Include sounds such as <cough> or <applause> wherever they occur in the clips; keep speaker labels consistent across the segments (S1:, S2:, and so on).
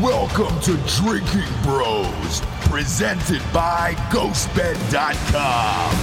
S1: Welcome to Drinking Bros, presented by GhostBed.com.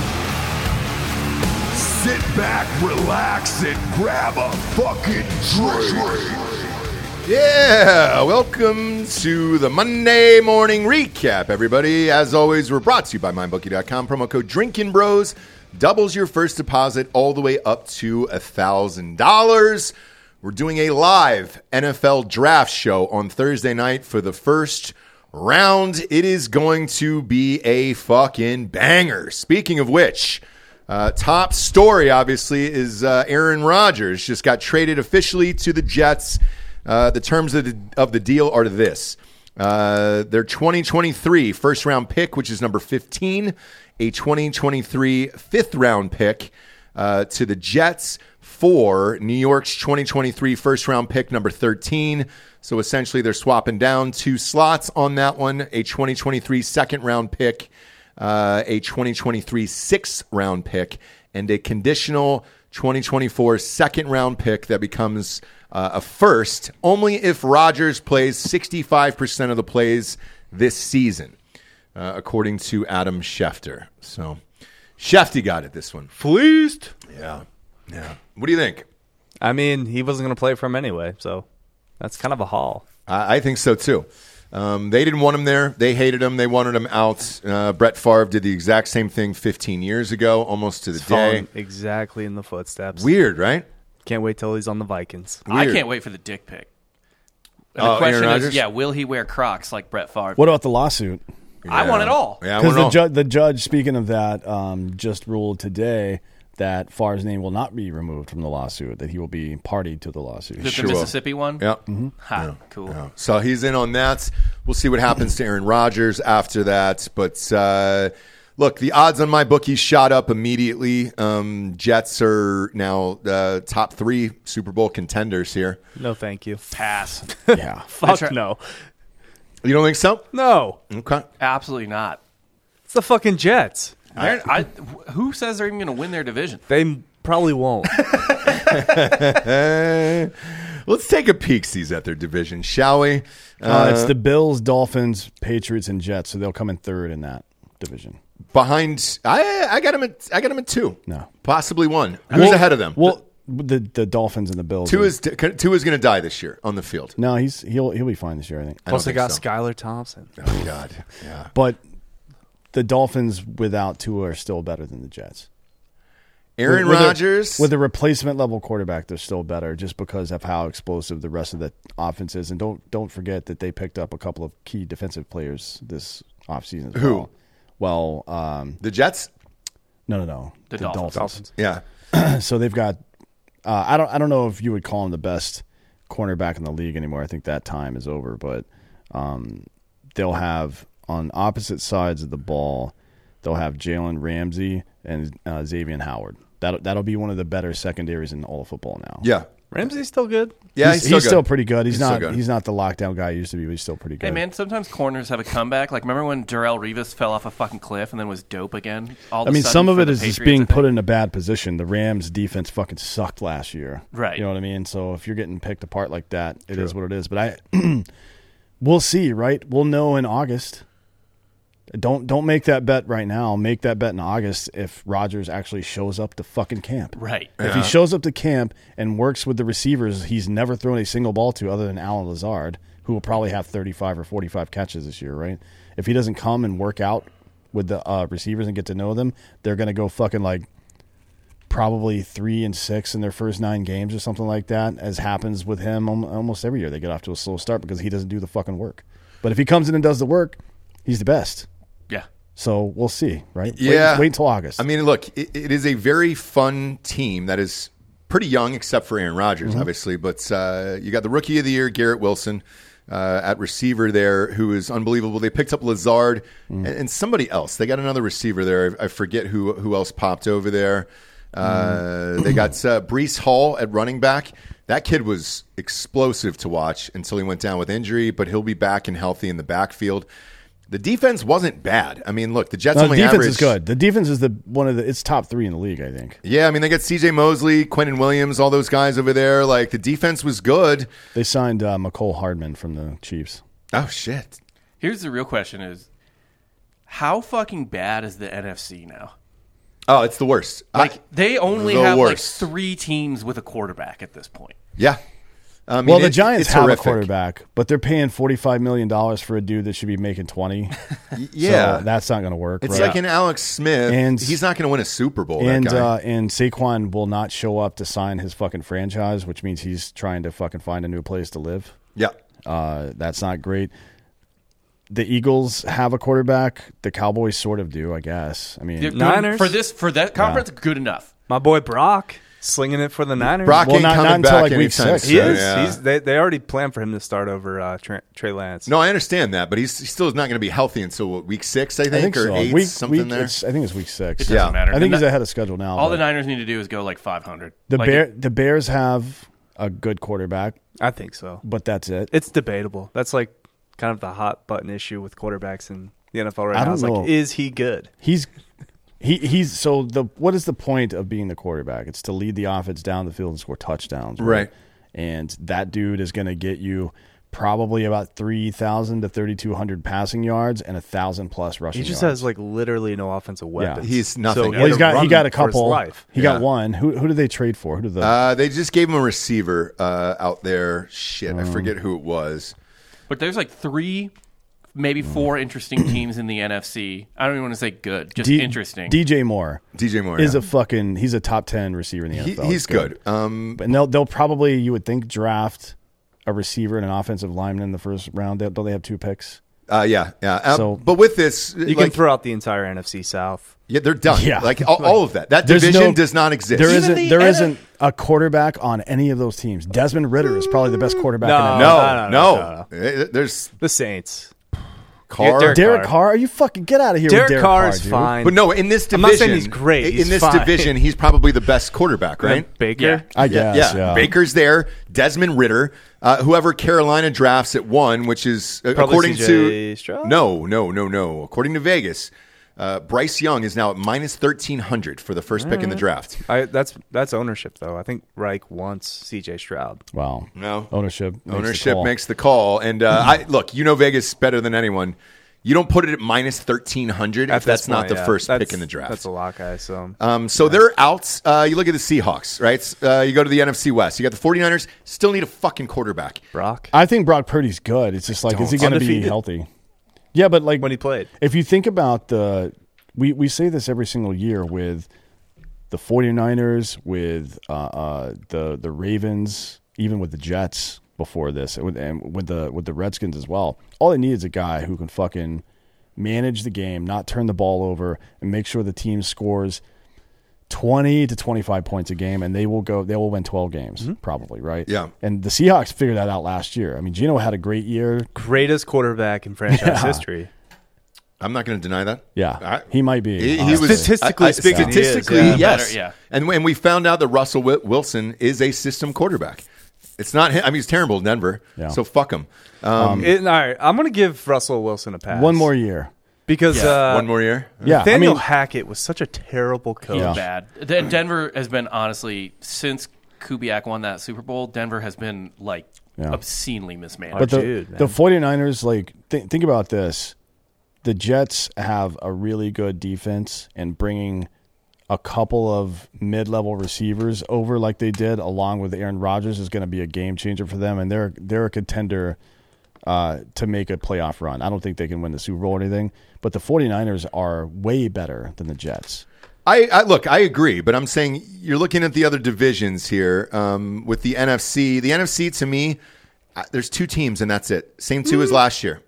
S1: Sit back, relax, and grab a fucking drink.
S2: Yeah, welcome to the Monday morning recap, everybody. As always, we're brought to you by MyBookie.com. Promo code Drinking Bros doubles your first deposit all the way up to thousand dollars. We're doing a live NFL draft show on Thursday night for the first round. It is going to be a fucking banger. Speaking of which, uh, top story, obviously, is uh, Aaron Rodgers just got traded officially to the Jets. Uh, the terms of the, of the deal are this uh, their 2023 first round pick, which is number 15, a 2023 fifth round pick uh, to the Jets for New York's 2023 first round pick, number 13. So essentially, they're swapping down two slots on that one, a 2023 second round pick uh, a 2023 sixth round pick and a conditional 2024 second round pick that becomes uh, a first only if Rodgers plays 65% of the plays this season, uh, according to Adam Schefter. So Schefty got it this one.
S3: pleased.
S2: Yeah. Yeah. What do you think?
S3: I mean, he wasn't going to play for him anyway, so that's kind of a haul.
S2: I, I think so too. Um, they didn't want him there. They hated him. They wanted him out. Uh, Brett Favre did the exact same thing 15 years ago, almost to the day.
S3: Following exactly in the footsteps.
S2: Weird, right?
S3: Can't wait till he's on the Vikings.
S4: I
S2: Weird.
S4: can't wait for the dick pic. And
S2: Oh,
S4: the question
S2: Aaron
S4: is,
S2: Rodgers?
S4: yeah, will he wear Crocs like Brett Favre?
S5: What about the lawsuit?
S4: I want it all.
S2: Yeah, I
S5: Because
S2: want it
S5: the,
S2: all.
S5: ju- the judge, speaking of that, um, just ruled today that Favre's name will not be removed from the lawsuit, that he will be party to the lawsuit.
S4: Is it
S2: Sure
S4: the
S2: will.
S4: Mississippi one?
S2: yeah.
S4: Ha, cool.
S2: Yeah. So he's in on that. We'll see what happens to Aaron Rodgers after that. But uh, look, the odds on my bookie shot up immediately. Um, Jets are now uh, top three Super Bowl contenders here.
S3: No, thank you.
S4: Pass.
S3: <laughs>
S5: yeah.
S3: Fuck
S4: try-
S3: no.
S2: You don't think so?
S3: No.
S2: Okay.
S4: Absolutely not.
S3: It's the fucking Jets.
S4: They're- I, who says they're even going to win their division?
S3: They m- probably won't.
S2: Uh, let's take a peek sees at their division, shall we?
S5: Uh, it's the Bills, Dolphins, Patriots, and Jets, so they'll come in third in that division.
S2: Behind, I I got him at I got him at two.
S5: No.
S2: possibly one. Who's ahead of them?
S5: Well, the the Dolphins and the Bills.
S2: two is two is going to die this year on the field.
S5: no, he's he'll he'll be fine this year, I think.
S2: I
S3: Plus,
S2: don't
S3: they
S2: think
S3: got
S2: so.
S3: Skylar Thompson.
S2: Oh God, yeah.
S5: But the Dolphins without Tua are still better than the Jets.
S2: Aaron
S5: With a-
S2: Rodgers.
S5: with a replacement level quarterback, they're still better just because of how explosive the rest of the offense is. And don't don't forget that they picked up a couple of key defensive players this offseason as
S2: Who?
S5: well. Well, um,
S2: the Jets.
S5: no, no, no,
S4: The Dolphins.
S2: Yeah.
S5: So they've got. Uh, I don't. I don't know if you would call him the best cornerback in the league anymore. I think that time is over. But um, they'll have on opposite sides of the ball. They'll have Jalen Ramsey and uh, Xavier Howard. That that'll be one of the better secondaries in all of football now.
S2: Yeah.
S3: Ramsey's still good.
S2: Yeah.
S5: he's, he's still, pretty good. He's,
S2: He's still
S5: not.
S2: good.
S5: He's not the lockdown guy he used to be, but he's still pretty good.
S4: Hey, man, sometimes corners have a comeback. Like, remember when Darrell Rivas fell off a fucking cliff and then was dope again? All of
S5: I
S4: a
S5: mean,
S4: sudden
S5: some of
S4: for
S5: it
S4: the
S5: is just
S4: Patriots, I
S5: being
S4: think.
S5: put in a bad position. The Rams' defense fucking sucked last year,
S4: Right.
S5: You know what I mean. So if you're getting picked apart like that, it is what it is. But I, <clears throat> we'll see, right? We'll know in August. Don't don't make that bet right now. Make that bet in August if Rodgers actually shows up to fucking camp.
S4: Right.
S5: If he shows up to camp and works with the receivers he's never thrown a single ball to other than Alan Lazard, who will probably have 35 or 45 catches this year, right? If he doesn't come and work out with the uh, receivers and get to know them, they're going to go fucking like probably three and six in their first nine games or something like that, as happens with him al- almost every year. They get off to a slow start because he doesn't do the fucking work. But if he comes in and does the work, he's the best.
S4: Yeah.
S5: So we'll see, right? Wait-
S2: Yeah.
S5: Wait, until August.
S2: I mean, look, it, it is a very fun team that is pretty young, except for Aaron Rodgers,
S5: Mm-hmm.
S2: obviously. But uh, you got the rookie of the year, Garrett Wilson, uh, at receiver there, who is unbelievable. They picked up Lazard and,
S5: Mm.
S2: and somebody else. They got another receiver there. I, I forget who who else popped over there.
S5: Mm.
S2: Uh, they got uh, Brees Hall at running back. That kid was explosive to watch until he went down with injury, but he'll be back and healthy in the backfield. The defense wasn't bad. I mean, look, the Jets
S5: No, the
S2: only
S5: defense
S2: averaged-
S5: is good. The defense is the one of the it's top three in the league, I think.
S2: Yeah, I mean they got C.J. Mosley, Quentin Williams, all those guys over there. Like the defense was good.
S5: They signed uh, McCole Hardman from the Chiefs.
S2: Oh shit.
S4: Here's the real question: Is how fucking bad is the NFC now?
S2: Oh, it's the worst.
S4: Like
S2: I-
S4: they only
S2: the
S4: have
S2: worst.
S4: like three teams with a quarterback at this point.
S2: yeah. I mean,
S5: Well, the
S2: it-
S5: Giants
S2: it's
S5: have
S2: horrific.
S5: a quarterback, but they're paying forty five million dollars for a dude that should be
S2: <laughs>
S5: making twenty.
S2: Yeah,
S5: so that's not going to work.
S2: it's
S5: right?
S2: like an Alex Smith.
S5: And-
S2: he's not going to win a Super Bowl.
S5: and
S2: that guy.
S5: uh, and Saquon will not show up to sign his fucking franchise, which means he's trying to fucking find a new place to live.
S2: yeah,
S5: Uh, that's not great. The Eagles have a quarterback. The Cowboys sort of do, I guess. I mean,
S4: They're good-
S3: Niners?
S4: for this for that conference, good enough.
S3: My boy Brock slinging it for the Niners.
S2: Brock
S5: Well,
S2: ain't
S5: not-
S2: coming
S5: not until,
S2: back
S5: like, week
S2: anytime
S5: six.
S2: soon.
S3: he is.
S2: Yeah.
S3: He's, they, they already planned for him to start over uh, Trey, Trey Lance.
S2: no, I understand that, but he's he still is not going to be healthy until what, week six, I think,
S5: I think
S2: or
S5: so.
S2: eight,
S5: week,
S2: something
S5: week,
S2: there.
S5: It's, I think it's week six.
S4: It doesn't
S2: Yeah.
S4: matter.
S5: I think
S4: The
S5: he's
S4: Ni-
S5: ahead of schedule now.
S4: All the
S5: but
S4: Niners need to do is go like 500.
S5: the
S4: Like,
S5: bear the Bears have a good quarterback,
S3: I think so.
S5: but that's it.
S3: It's debatable. That's like kind of the hot button issue with quarterbacks in the NFL right
S5: I
S3: now. It's
S5: don't
S3: like,
S5: know.
S3: is he good?
S5: He's he he's so the what is the point of being the quarterback? It's to lead the offense down the field and score touchdowns,
S2: Right.
S5: And that dude is going to get you probably about three thousand to thirty two hundred passing yards and a thousand plus rushing.
S3: He just
S5: yards.
S3: has like literally no offensive weapons.
S2: He's nothing.
S3: he
S2: Well,
S5: Well,
S3: had
S5: he's
S3: to
S5: got he
S3: run
S5: got a
S3: for his
S5: couple.
S3: life.
S5: He
S2: Yeah.
S5: got one. Who who did they trade for? Who did the
S2: uh, they just gave him a receiver uh, out there. Shit, I forget who it was.
S4: But there's like three, maybe four interesting teams in the NFC. I don't even want to say good, just
S5: D-
S4: interesting.
S5: DJ Moore
S2: DJ Moore
S5: is
S2: Oh, yeah.
S5: a fucking he's a top ten receiver in the
S2: He-
S5: NFL.
S2: he's good. Um,
S5: and they'll they'll probably you would think draft a receiver and an offensive lineman in the first round. They- Don't they have two picks?
S2: uh, yeah, yeah. Uh,
S5: So-
S2: but with this,
S3: You
S2: like,
S3: can throw out the entire NFC South.
S2: yeah, they're done.
S5: Yeah.
S2: like
S5: <laughs>
S2: all, all of that. That
S5: There's
S2: division
S5: no-
S2: does not exist.
S5: There
S4: Even
S5: isn't
S4: the
S5: there
S4: NF
S5: not a quarterback on any of those teams. Desmond Ritter is probably the best quarterback. in the
S2: no, no,
S3: No, no, no,
S2: Eh, There's
S3: The Saints.
S2: Carr.
S3: Derek-
S5: Derek Carr.
S3: Carr.
S5: Are you fucking get out of here?
S3: Derek,
S5: with Derek
S3: Carr is
S5: dude.
S3: fine.
S2: But no, in this division,
S3: I'm not saying he's great.
S2: In
S3: He's
S2: this
S3: fine.
S2: division, he's probably the best quarterback, right?
S3: Baker.
S4: Yeah.
S5: I guess. Yeah,
S2: Baker's there. Desmond Ritter, uh, whoever Carolina drafts at one, which is uh,
S3: Probably
S2: according
S3: CJ
S2: to
S3: Stroud?
S2: no, no, no, no. According to Vegas, uh, Bryce Young is now at minus thirteen hundred for the first pick in
S3: Mm.
S2: the draft.
S3: I, that's that's ownership though. I think Reich wants C.J. Stroud.
S5: Wow.
S2: No.
S5: ownership. Makes the
S2: Ownership
S5: call.
S2: makes the call, and uh, I <laughs> look. You know Vegas better than anyone. You don't put it at minus thirteen hundred if
S3: At this
S2: that's not
S3: point,
S2: the
S3: yeah.
S2: first
S3: That's-
S2: pick in the draft.
S3: That's a lock, guy. So
S2: Um, so they're out. Uh, you look at the Seahawks, right? Uh, you go to the NFC West. You got the 49ers, still need a fucking quarterback.
S3: Brock
S5: I think Brock Purdy's good. It's just like, is he
S2: don't.
S5: going to be
S3: Undefeated.
S5: healthy? Yeah, but like
S3: when he played.
S5: If you think about the, we, we say this every single year with the 49ers, with uh, uh, the the Ravens, even with the Jets before this, and with, and with the with the Redskins as well. All they need is a guy who can fucking manage the game, not turn the ball over, and make sure the team scores. 20 to 25 points a game and they will go they will win 12 games probably right
S2: Mm-hmm. Yeah.
S5: and the Seahawks figured that out last year I mean Gino had a great year
S3: Greatest quarterback in
S2: <laughs>
S3: franchise
S5: Yeah.
S3: history.
S2: I'm not going to deny that.
S5: yeah
S2: I-
S5: he might be
S2: He, he
S5: honestly.
S2: was
S3: Statistically
S2: I- I-
S3: speaking, he is,
S2: statistically,
S3: yeah.
S2: yes,
S4: Better, yeah.
S2: And when we found out that Russell Wi- Wilson is a system quarterback, it's not him. I mean, he's terrible in Denver,
S5: Yeah.
S2: so fuck him. Um,
S3: It- all right, I'm gonna give Russell Wilson a pass.
S5: one more year.
S3: because uh,
S2: one more year.
S5: Yeah, I
S3: Nathaniel
S5: mean,
S3: Hackett was such a terrible coach.
S4: He's
S5: Yeah.
S4: bad. Den- Denver has been honestly since Kubiak won that Super Bowl. Denver has been like
S5: Yeah.
S4: obscenely mismanaged.
S5: but the
S3: dude, man.
S5: the 49ers like th- think about this. The Jets have a really good defense and bringing a couple of mid-level receivers over like they did along with Aaron Rodgers is going to be a game changer for them and they're they're a contender uh, to make a playoff run. I don't think they can win the Super Bowl or anything, but the 49ers are way better than the Jets.
S2: I, I look, I agree, but I'm saying you're looking at the other divisions here um, with the NFC. The NFC to me, I, there's two teams, and that's it. Same two as last year.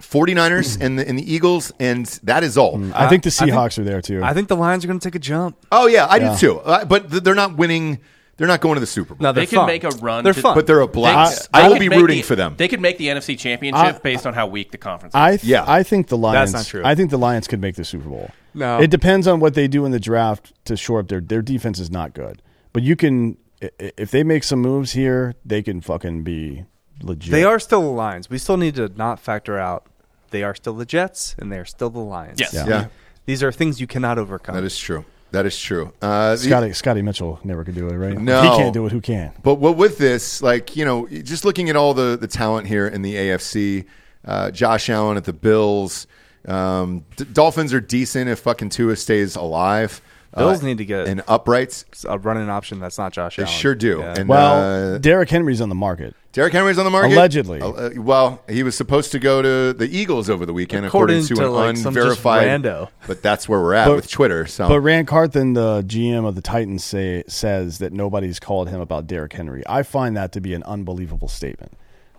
S2: 49ers and the, and the Eagles, and that is all.
S5: I, think the
S3: I think-
S5: Seahawks are there too.
S3: I think the Lions are gonna take a jump.
S2: Oh yeah, I do too. Uh, but th- they're not winning. They're not going to the Super Bowl.
S3: No,
S4: They
S3: they're
S4: can
S3: fun.
S4: make a run
S3: They're
S4: to-
S3: fun,
S2: But they're a blast. I, will
S4: could
S2: be
S4: make
S2: rooting
S4: the-
S2: for them.
S4: They could make the NFC Championship
S5: I-
S4: based on how weak the conference. is.
S5: I th-
S2: Yeah.
S5: I think the Lions.
S3: not true.
S5: I think the Lions could make the Super Bowl.
S3: No.
S5: it depends on what they do in the draft to shore up their their defense is not good, but you can i- i- if they make some moves here, they can fucking be legit.
S3: They are still the Lions. We still need to not factor out they are still the Jets and they are still the Lions.
S4: Yes. Yeah.
S2: yeah,
S3: These are things you cannot overcome.
S2: that is true. That is true. Uh, the-
S5: Scotty Scotty Mitchell never could do it, right?
S2: No.
S5: he can't do it. Who can?
S2: But what with this, like you know, just looking at all the the talent here in the AFC, Uh, Josh Allen at the Bills. Um, D- Dolphins are decent if fucking Tua stays alive.
S3: Bills need to get-
S2: an uprights.
S3: It's a running option that's not Josh
S2: They
S3: Allen.
S2: sure do.
S3: Yeah.
S2: And
S5: Well,
S2: uh,
S5: Derrick Henry's on the market.
S2: Derrick Henry's on the market
S5: Allegedly.
S2: Uh, uh, well, he was supposed to go to the Eagles over the weekend, according,
S3: According
S2: to,
S3: to,
S2: an
S3: like, some just
S2: unverified.
S3: rando.
S2: <laughs> But that's where we're at with Twitter.
S3: Oh.
S2: So
S5: But Rand Carthen, the GM of the Titans, say says that nobody's called him about Derrick Henry. I find that to be an unbelievable statement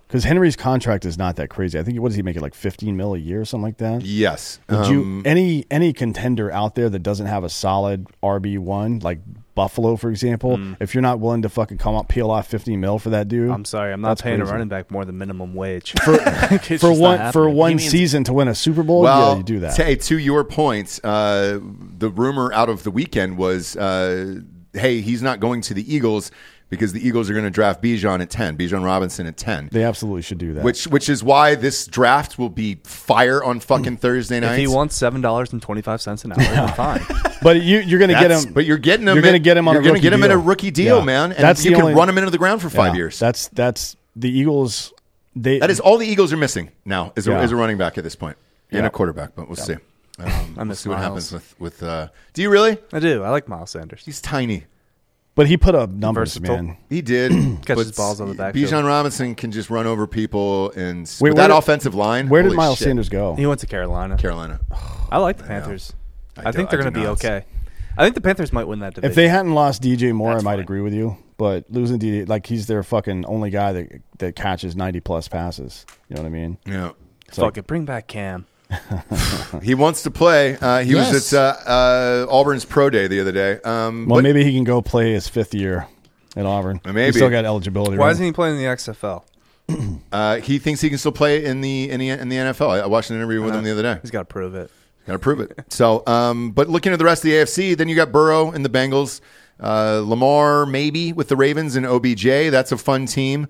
S5: because Henry's contract is not that crazy. I think what does he make it like fifteen mil a year or something like that?
S2: yes,
S5: Would
S2: Um,
S5: you any any contender out there that doesn't have a solid RB one like Buffalo, for example?
S2: Mm.
S5: If you're not willing to fucking come up peel off fifty mil for that dude,
S3: I'm sorry, I'm not
S5: that's
S3: paying
S5: crazy.
S3: a running back more than minimum wage. <laughs>
S4: It's
S5: for
S4: just not
S5: one for
S4: happening. He
S5: one
S4: means-
S5: season to win a Super Bowl. Oh, yeah, you do that.
S2: Tay, to your points, uh, the rumor out of the weekend was, uh, hey, he's not going to the Eagles because the Eagles are going to draft Bijan at ten, Bijan Robinson at ten.
S5: they absolutely should do that.
S2: Which, which is why this draft will be fire on
S5: Mm.
S2: fucking Thursday night.
S3: if he wants seven dollars and twenty five cents an hour, then fine.
S5: but you, you're going to get
S2: That's-
S5: him.
S2: But you're getting him.
S5: You're going to
S2: at-
S5: get him on.
S2: You're
S5: a
S2: gonna
S5: rookie
S2: get him
S5: deal.
S2: at a rookie deal,
S5: Yeah.
S2: man. And
S5: that's
S2: you
S5: the
S2: can
S5: only,
S2: run him into the ground for five
S5: yeah.
S2: years.
S5: That's that's the Eagles. They
S2: That is all the Eagles are missing now is,
S5: Yeah.
S2: a, is a running back at this point and
S5: Yeah.
S2: a quarterback. But we'll see.
S5: <laughs>
S2: Um,
S3: I
S2: we'll
S3: miss
S2: see what
S3: Miles.
S2: happens with with. Uh, do you really?
S3: I do. I like Miles Sanders.
S2: He's tiny.
S5: But he put up numbers,
S3: Versatile.
S5: man.
S2: He <clears throat> did
S3: Catches
S2: but
S3: balls on the backfield.
S2: Bijan Robinson can just run over people and with
S5: Wait, where
S2: that
S5: did-
S2: offensive line.
S5: Where did
S2: holy
S5: Miles
S2: shit.
S5: Sanders go?
S3: He went to Carolina.
S2: Carolina.
S3: I like the Panthers.
S2: I
S3: I,
S2: do-
S3: think they're
S2: I do
S3: going to be
S2: not.
S3: okay. I think the Panthers might win that division.
S5: If they hadn't lost DJ Moore,
S4: That's
S5: I might
S4: fine.
S5: agree with you. But losing DJ, like he's their fucking only guy that that catches ninety plus passes. You know what I mean?
S2: Yeah.
S3: fuck it, bring back Cam.
S2: He wants to play. Uh, he was
S5: Yes.
S2: at uh, uh, Auburn's pro day the other day. Um,
S5: Well,
S2: but-
S5: maybe he can go play his fifth year at Auburn.
S2: Maybe.
S5: He's still got eligibility.
S3: Why
S5: right?
S3: isn't he playing in the XFL?
S2: Uh, he thinks he can still play in the in the, in the NFL. I, I watched an interview with
S5: Uh-huh.
S2: him the other day.
S3: He's got to prove it.
S2: Got to prove it. So, um, but looking at the rest of the AFC, then you got Burrow and the Bengals, uh, Lamar maybe with the Ravens and OBJ. That's a fun team.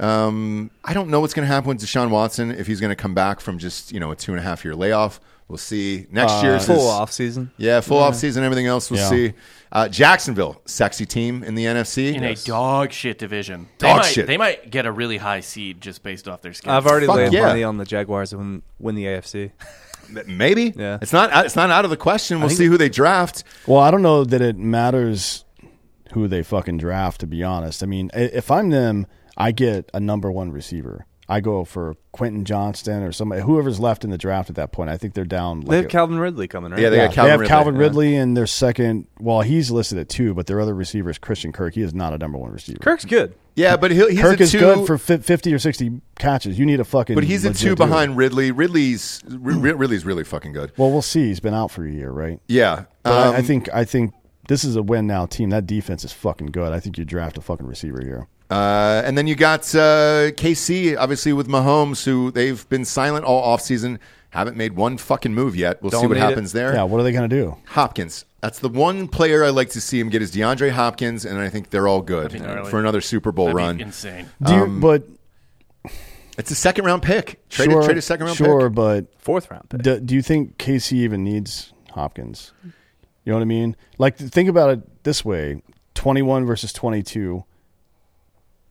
S2: Um, I don't know what's going to happen with Deshaun Watson if he's going to come back from just you know a two and a half year layoff. We'll see next year's
S3: Full
S2: is-
S3: off season.
S2: Yeah, full off season. Everything else we'll
S5: Yeah.
S2: see. Uh, Jacksonville, sexy team in the NFC.
S4: in a dog shit division. They
S2: Dog
S4: might,
S2: shit.
S4: They might get a really high seed just based off their skill.
S3: I've already
S2: Fuck
S3: laid
S2: yeah.
S3: money on the Jaguars to win, win the AFC.
S2: Maybe.
S3: Yeah.
S2: It's not. It's not out of the question. We'll
S3: think-
S2: see who they draft.
S5: Well, I don't know that it matters who they fucking draft. To be honest, I mean, i- if I'm them, I get a number one receiver. I go for Quentin Johnston or somebody, whoever's left in the draft at that point. I think they're down.
S3: They
S5: Like
S3: have Calvin Ridley coming, right?
S2: Yeah, they
S5: yeah,
S2: got Calvin
S5: they have
S2: Ridley.
S5: Calvin
S2: Yeah.
S5: Ridley and their second. Well, he's listed at two, but their other receiver is Christian Kirk. He is not a number one receiver.
S3: Kirk's good.
S2: Yeah, but he'll, he's
S5: Kirk
S2: a
S5: is
S2: two,
S5: good for fi- fifty or sixty catches. You need a fucking.
S2: But he's a
S5: legit
S2: two
S5: dude.
S2: behind Ridley. Ridley's Ri- Ri- Ridley's really fucking good.
S5: Well, we'll see. He's been out for a year, right?
S2: Yeah,
S5: But
S2: um,
S5: I, I think I think this is a win now team. That defense is fucking good. I think you draft a fucking receiver here.
S2: uh, and then you got uh, KC, obviously with Mahomes, who they've been silent all offseason. Haven't made one fucking move yet. We'll see
S3: Don't
S2: what
S3: need it.
S2: happens there.
S5: Yeah, what are they gonna do?
S2: Hopkins. That's the one player I like to see him get is DeAndre Hopkins, and I think they're all good
S4: That'd be gnarly.
S2: for another Super Bowl
S4: That'd be
S2: run.
S4: insane.
S5: Do you, but
S2: It's a second round pick. Um, Trade,
S5: sure,
S2: a, trade a second round
S5: sure,
S2: pick.
S5: but
S3: Fourth round pick.
S5: do, do you think KC even needs Hopkins? You know what I mean? Like think about it this way: twenty-one versus twenty-two.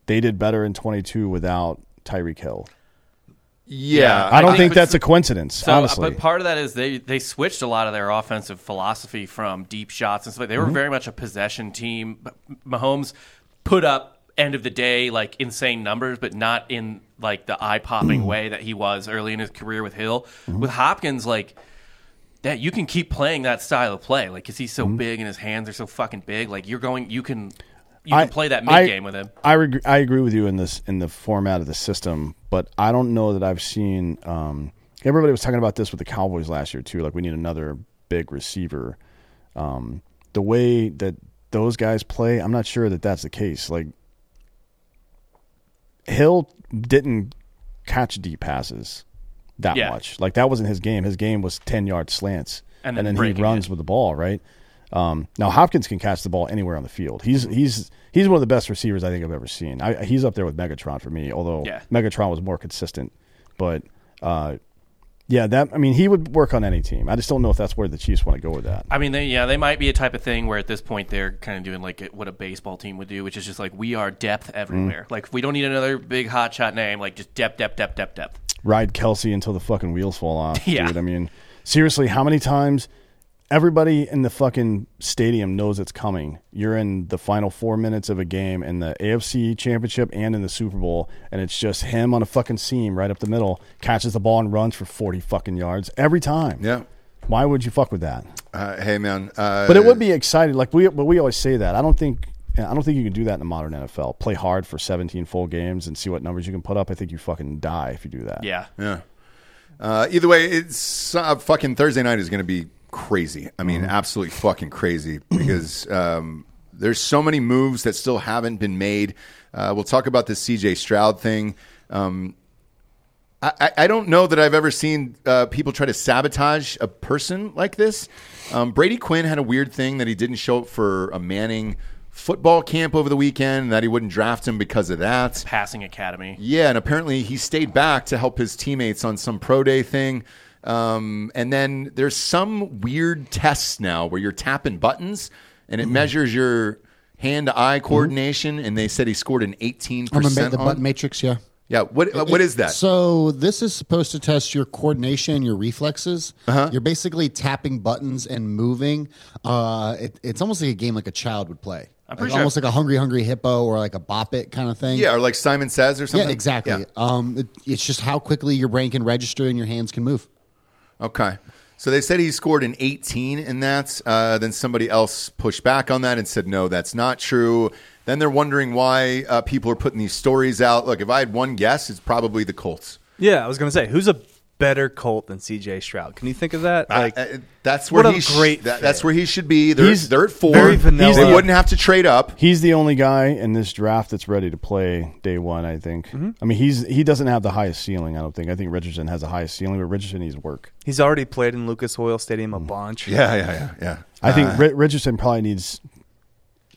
S5: They did better in twenty-two without Tyreek Hill.
S2: Yeah, Uh,
S5: I don't think,
S4: but
S5: that's a uh, coincidence.
S4: So, uh,
S5: honestly,
S4: but part of that is they they switched a lot of their offensive philosophy from deep shots and stuff. like-
S5: Mm-hmm.
S4: They were very much a possession team. But Mahomes put up end of the day like insane numbers, but not in like the eye
S5: Mm.
S4: popping way that he was early in his career with Hill.
S5: Mm-hmm.
S4: With Hopkins, like that you can keep playing that style of play, like because he's so
S5: Mm-hmm.
S4: big and his hands are so fucking big. Like you're going, you can you can play that
S5: I-
S4: mid game with him.
S5: I reg- I agree with you in this in the format of the system, but I don't know that I've seen. Um, everybody was talking about this with the Cowboys last year too. Like we need another big receiver. Um, the way that those guys play, I'm not sure that that's the case. Like Hill didn't catch deep passes that
S4: Yeah.
S5: much. Like that wasn't his game. His game was ten yard slants,
S4: And
S5: and
S4: then
S5: then, he
S4: breaking
S5: runs with the ball, right? Um, now Hopkins can catch the ball anywhere on the field. He's he's he's one of the best receivers I think I've ever seen. I, he's up there with Megatron for me, although
S4: Yeah.
S5: Megatron was more consistent. But uh, yeah, that I mean he would work on any team. I just don't know if that's where the Chiefs want to go with that.
S4: I mean, they, yeah, they might be a type of thing where at this point they're kind of doing like what a baseball team would do, which is
S2: Mm.
S4: just like we are depth everywhere. Like we don't need another big hotshot name. Like just depth, depth, depth, depth, depth.
S5: ride Kelsey until the fucking wheels fall off.
S4: Yeah.
S5: Dude. I mean, seriously, how many times everybody in the fucking stadium knows it's coming? You're in the final four minutes of a game in the AFC championship and in the Super Bowl, and it's just him on a fucking seam right up the middle, catches the ball and runs for 40 fucking yards every time.
S2: Yeah.
S5: Why would you fuck with that?
S2: Uh, hey man, uh,
S5: But it would be exciting. Like we, but we always say that. I don't think, I don't think you can do that in the modern NFL. Play hard for 17 full games and see what numbers you can put up. I think you fucking die if you do that.
S4: Yeah.
S2: Yeah. Uh, either way, it's uh, fucking Thursday night is going to be crazy. I mean, absolutely fucking crazy <clears throat> because um, there's so many moves that still haven't been made. Uh, we'll talk about this CJ Stroud thing. Um, I, I- I don't know that I've ever seen uh, people try to sabotage a person like this. Um, Brady Quinn had a weird thing that he didn't show up for a Manning football camp over the weekend, and that he wouldn't draft him because of that.
S4: Passing academy.
S2: Yeah, and apparently he stayed back to help his teammates on some pro day thing. Um, and then there's some weird tests now where you're tapping buttons and it
S6: Mm-hmm.
S2: measures your hand to eye coordination. And they said he scored an 18
S6: I'm gonna
S2: percent.
S6: make Mm-hmm. the button matrix. Yeah.
S2: yeah. What uh, what is that?
S6: So this is supposed to test your coordination, your reflexes.
S3: Uh-huh.
S6: You're basically tapping buttons and moving. Uh, it, it's almost like a game like a child would play.
S4: I'm
S6: Like
S4: pretty sure-
S6: almost like a hungry, hungry hippo or like a bop it kind of thing.
S2: yeah, or like Simon says or something.
S6: Yeah, exactly.
S2: Yeah.
S6: Um, it, it's just how quickly your brain can register and your hands can move.
S2: Okay. So they said he scored an 18 in that. Uh, then somebody else pushed back on that and said, no, that's not true. Then they're wondering why uh, people are putting these stories out. Look, if I had one guess, it's probably the Colts.
S3: Yeah, I was gonna say, who's a better Colt than C.J. Stroud? Can you think of that? Like,
S2: Uh, uh, that's where
S3: what a
S2: he sh-
S3: great
S2: that-
S3: fit.
S2: that's where he should be. They're,
S5: He's
S2: they're at four.
S3: very vanilla.
S2: they wouldn't have to trade up.
S5: He's the only guy in this draft that's ready to play day one. I think.
S2: Mm-hmm.
S5: I mean, he's he doesn't have the highest ceiling. I don't think. I think Richardson has the highest ceiling, but Richardson needs work.
S3: he's already played in Lucas Oil Stadium a bunch.
S2: Mm. Yeah, yeah, yeah, yeah.
S5: I think Ri- Richardson probably needs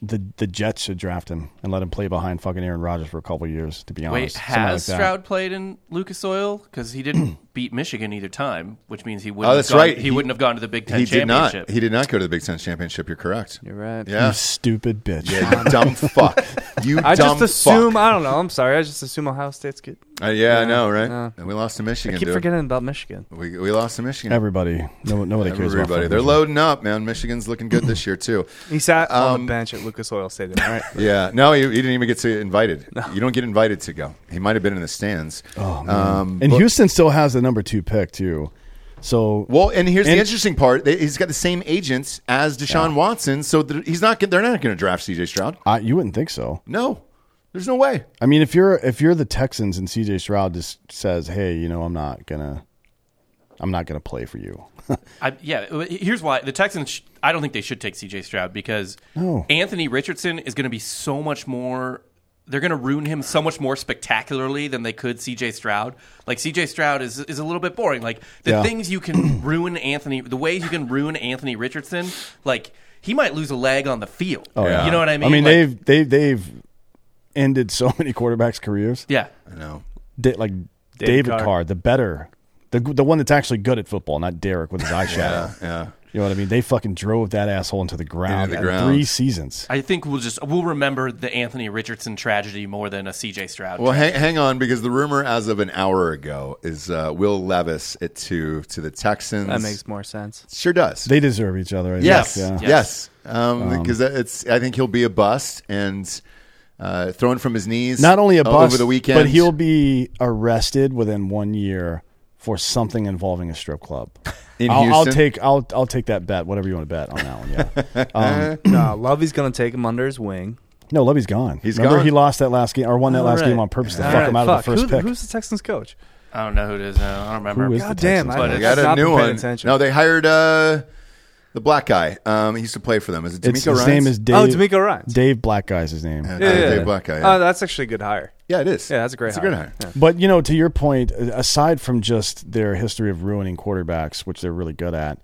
S5: the the Jets should draft him and let him play behind fucking Aaron Rodgers for a couple years. To be
S4: Wait,
S5: honest, Something
S4: has
S5: like that.
S4: Stroud played in Lucas Oil? Because
S2: <clears throat>
S4: he didn't beat Michigan either time, which means he wouldn't.
S2: Oh, that's
S4: have gone,
S2: right.
S4: He,
S2: He-
S4: wouldn't have gone to the Big Ten
S2: He did
S4: championship.
S2: not. He did not go to the Big Ten championship. You're correct.
S3: You're right.
S5: You
S2: Yeah.
S5: stupid bitch.
S2: Yeah, you dumb
S3: <laughs>
S2: fuck. You
S3: I
S2: dumb
S3: just assume.
S2: fuck.
S3: I don't know. I'm sorry. I just assume Ohio State's good.
S2: Uh, yeah, I know, right?
S3: yeah.
S2: And we lost to Michigan.
S3: I keep
S2: dude.
S3: forgetting about Michigan.
S2: We, we lost to Michigan.
S5: Everybody, no, nobody cares. about
S2: Everybody.
S5: fucking
S2: They're
S5: Richardson.
S2: loading up, man. Michigan's looking good this year, too.
S3: He sat on
S2: Um,
S3: the bench at Lucas Oil Stadium.
S2: <laughs>
S3: All right.
S2: Yeah. No, you, you didn't even get to invited. You don't get invited to go. He might have been in the stands. Oh, man. Um,
S5: And
S2: but-
S5: Houston still has the number two pick too. So
S2: well, and here's
S5: and-
S2: the interesting part. They, he's got the same agents as Deshaun Watson, so th- he's not. They're not going to draft CJ Stroud.
S5: I, you wouldn't think so.
S2: No, there's no way.
S5: I mean, if you're if you're the Texans and CJ Stroud just says, "Hey, you know, I'm not gonna, I'm not gonna play for you." <laughs>
S4: I, yeah, w- here's why the Texans. Sh- I don't think they should take C.J. Stroud because
S5: No.
S4: Anthony Richardson is going to be so much more. They're going to ruin him so much more spectacularly than they could C.J. Stroud. Like C.J. Stroud is is a little bit boring. Like the
S5: Yeah.
S4: things you
S5: <clears throat>
S4: can ruin Anthony, the ways you can ruin Anthony Richardson, like. He might lose a leg on the field.
S2: yeah.
S4: You know what I mean?
S5: Oh, I mean,
S4: Like,
S5: they've they've they've ended so <laughs> many quarterbacks' careers.
S4: yeah.
S2: I know.
S5: Da- like David,
S3: David
S5: Carr.
S3: Carr.
S5: the better, the the one that's actually good at football, not Derek with his eye shadow.
S2: <laughs> Yeah.
S5: You know what I mean? They fucking drove that asshole into the ground
S2: Into the
S5: at
S2: ground.
S5: three seasons.
S4: I think we'll just we'll remember the Anthony Richardson tragedy more than a CJ Stroud.
S2: Well, hang, hang on, because the rumor as of an hour ago is uh, Will Levis at two to the Texans.
S3: That makes more sense.
S2: sure does.
S5: They deserve each other. I
S2: Yes,
S5: think, yeah. Um,
S2: yes, because it's. I think he'll be a bust and uh, thrown from his knees.
S5: Not only a
S2: o-
S5: bust,
S2: over the weekend,
S5: but he'll be arrested within one year for something involving a strip club.
S2: <laughs> In
S5: I'll, I'll
S2: Houston?
S5: take I'll I'll take that bet. Whatever you want to bet on that one.
S2: <laughs>
S5: Yeah. Um,
S3: no, Lovey's gonna take him under his wing.
S5: no, Lovey's gone.
S2: He's
S5: Remember
S2: gone.
S5: he lost that last game or won that
S3: All
S5: last
S3: right.
S5: game on purpose to
S3: All
S5: fuck
S3: right,
S5: him out of the
S3: fuck.
S5: first
S3: Who-
S5: pick.
S3: Who's the Texans coach?
S4: I don't know who it is now. I don't remember.
S5: Who is
S3: God
S5: the
S3: damn!
S5: Texans?
S3: I
S4: But
S2: They
S4: it's
S2: got
S3: have
S2: a
S3: not been
S2: new
S3: paying
S2: one.
S3: Attention. Oh,
S2: No, they hired uh, the black guy. Um, he used to play for them. Is it
S5: It's,
S2: D'Amico Ryan's?
S5: his name is Dave.
S3: Oh, D'Amico Ryan.
S5: Dave Black guy's his name.
S2: Yeah, Dave Black guy. Yeah.
S3: Oh, that's actually a good hire.
S2: Yeah, it is.
S3: Yeah, that's a great
S2: It's
S3: hire.
S2: a great hire.
S5: But you know, to your point, a- aside from just their history of ruining quarterbacks, which they're really good at,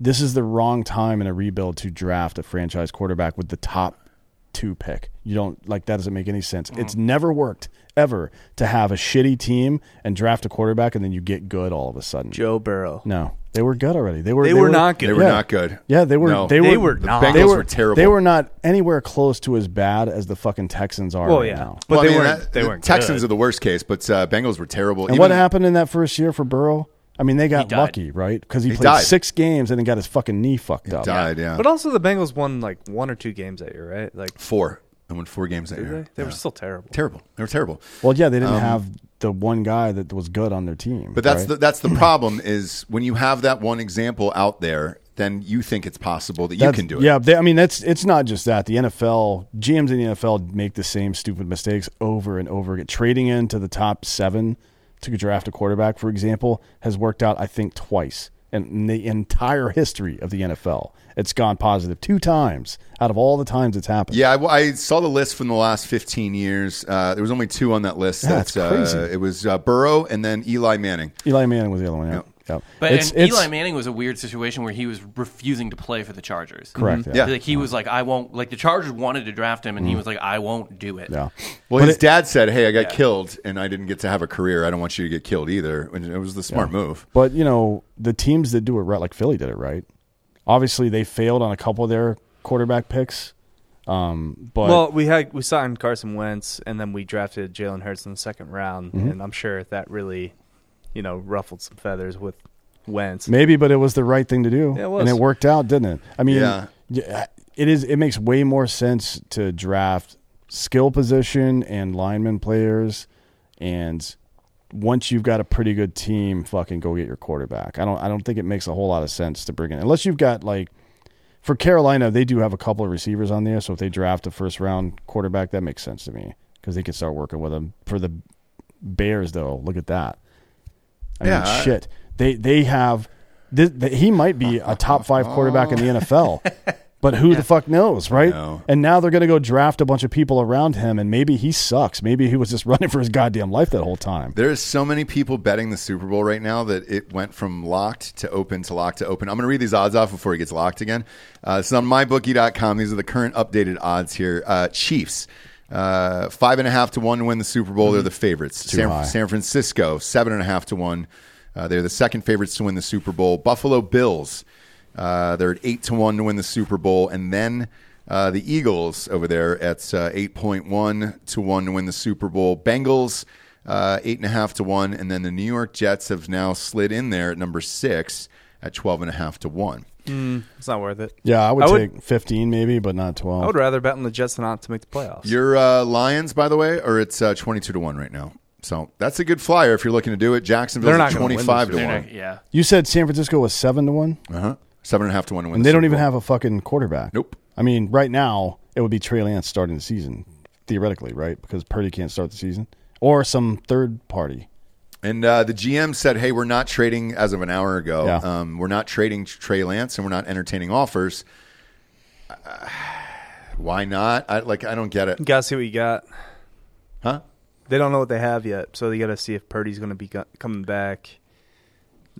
S5: this is the wrong time in a rebuild to draft a franchise quarterback with the top two pick. You don't like that doesn't make any sense. It's
S3: Mm-hmm.
S5: never worked ever to have a shitty team and draft a quarterback and then you get good all of a sudden.
S3: Joe Burrow.
S5: No. They were good already. They were.
S3: They were not good.
S2: They were
S5: Yeah.
S2: not good.
S5: Yeah, they were.
S2: No.
S5: They,
S3: They
S5: were,
S3: were
S2: The
S3: not.
S2: Bengals
S5: They
S2: were,
S5: were
S2: terrible.
S5: They were not anywhere close to as bad as the fucking Texans are.
S3: Well,
S5: right
S3: yeah,
S5: now.
S3: but
S2: Well, I
S3: they
S2: mean,
S3: weren't.
S2: that-
S3: they
S2: the
S3: weren't
S2: Texans
S3: good.
S2: are the worst case, but uh, Bengals were terrible.
S5: And
S2: Even-
S5: what happened in that first year for Burrow? I mean, they got
S4: died.
S5: lucky, right? Because he,
S2: He
S5: played
S2: died.
S5: six games and then got his fucking knee fucked up.
S2: Died. Yeah.
S3: But also the Bengals won like one or two games that year, right? Like
S2: four. I won four games that
S3: did
S2: year.
S3: they? They were
S2: Yeah.
S3: still terrible.
S2: terrible. They were terrible.
S5: Well, yeah, they didn't have the one guy that was good on their team.
S2: Um, But that's
S5: right?
S2: the that's
S5: <clears throat>
S2: the problem is when you have that one example out there, then you think it's possible that you
S5: That's-
S2: can do it.
S5: Yeah, they, I mean that's it's not just that. The NFL GMs in the NFL make the same stupid mistakes over and over again. Trading into the top seven to draft a quarterback, for example, has worked out I think twice in, in the entire history of the NFL. It's gone positive two times out of all the times it's happened.
S2: Yeah, I, I saw the list from the last 15 years. Uh, there was only two on that list.
S5: That's crazy.
S2: Uh, it was uh, Burrow and then Eli Manning.
S5: Eli Manning was the other one. Yeah. Yeah.
S4: But
S5: It's-
S4: and
S5: it's-
S4: Eli Manning was a weird situation where he was refusing to play for the Chargers.
S5: Correct, Mhm. yeah.
S4: Like he was like, I won't. Like the Chargers wanted to draft him, and he was like, I won't do it.
S5: yeah.
S2: Well,
S5: But
S2: his
S5: it-
S2: dad said, "Hey, I got killed, and I didn't get to have a career. I don't want you to get killed either." And it was the smart move.
S5: But you know, the teams that do it right, like Philly did it right. Obviously, they failed on a couple of their quarterback picks. Um, but
S3: Well, we had we signed Carson Wentz, and then we drafted Jalen Hurts in the second round,
S5: Mm-hmm.
S3: and I'm sure that really, you know, ruffled some feathers with Wentz.
S5: maybe, but it was the right thing to do,
S3: Yeah, it was.
S5: and it worked out, didn't it? I mean,
S2: Yeah.
S5: yeah, it is. It makes way more sense to draft skill position and lineman players, and once you've got a pretty good team, fucking go get your quarterback. I don't. I don't think it makes a whole lot of sense to bring in unless you've got like for Carolina, they do have a couple of receivers on there. So if they draft a first round quarterback, that makes sense to me because they could start working with them. For the Bears, though, look at that. I
S2: Yeah, I-
S5: mean, shit. They they have. This, th he might be a
S2: <laughs>
S5: top five quarterback in the NFL, but
S3: <laughs>
S5: who the fuck knows, right?
S2: No.
S5: And now they're going to go draft a bunch of people around him, and maybe he sucks. Maybe he was just <laughs> running for his goddamn life that whole time.
S2: There is so many people betting the Super Bowl right now that it went from locked to open to locked to open. I'm going to read these odds off before he gets locked again. Uh, this is on mybookie.com. These are the current updated odds here. Uh, Chiefs. Uh, five and a half to one to win the Super Bowl. They're the favorites.
S5: high.
S2: San, San Francisco, seven and a half to one. Uh, they're the second favorites to win the Super Bowl. Buffalo Bills, uh, they're at eight to one to win the Super Bowl, and then uh, the Eagles over there at uh, eight point one to one to win the Super Bowl. Bengals uh, eight and a half to one, and then the New York Jets have now slid in there at number six at twelve and a half to one.
S3: It's not worth it.
S5: Yeah, I would
S3: I would-
S5: take fifteen, maybe, but not twelve.
S3: I would rather bet on the Jets than not to make the playoffs.
S2: Your uh, Lions, by the way, are it's uh, twenty two to one right now. So that's a good flyer if you're looking to do it. Jacksonville's
S3: They're not
S2: at
S3: gonna win
S2: twenty
S3: this
S2: five to
S4: They're
S2: one.
S4: not- yeah.
S5: You said San Francisco was seven to one.
S2: Uh-huh. Seven and a half to one to win.
S5: And
S2: the
S5: they don't
S2: Super
S5: even
S2: Bowl.
S5: have a fucking quarterback.
S2: Nope.
S5: I mean, right now it would be Trey Lance starting the season theoretically, right? Because Purdy can't start the season or some third party.
S2: And uh, the GM said, "Hey, we're not trading as of an hour ago.
S5: Yeah.
S2: Um, we're not trading Trey Lance, and we're not entertaining offers. Uh, why not? I like. I don't get it.
S3: You gotta see what you got.
S2: Huh?
S3: They don't know what they have yet, so they gotta see if Purdy's gonna be go- coming back.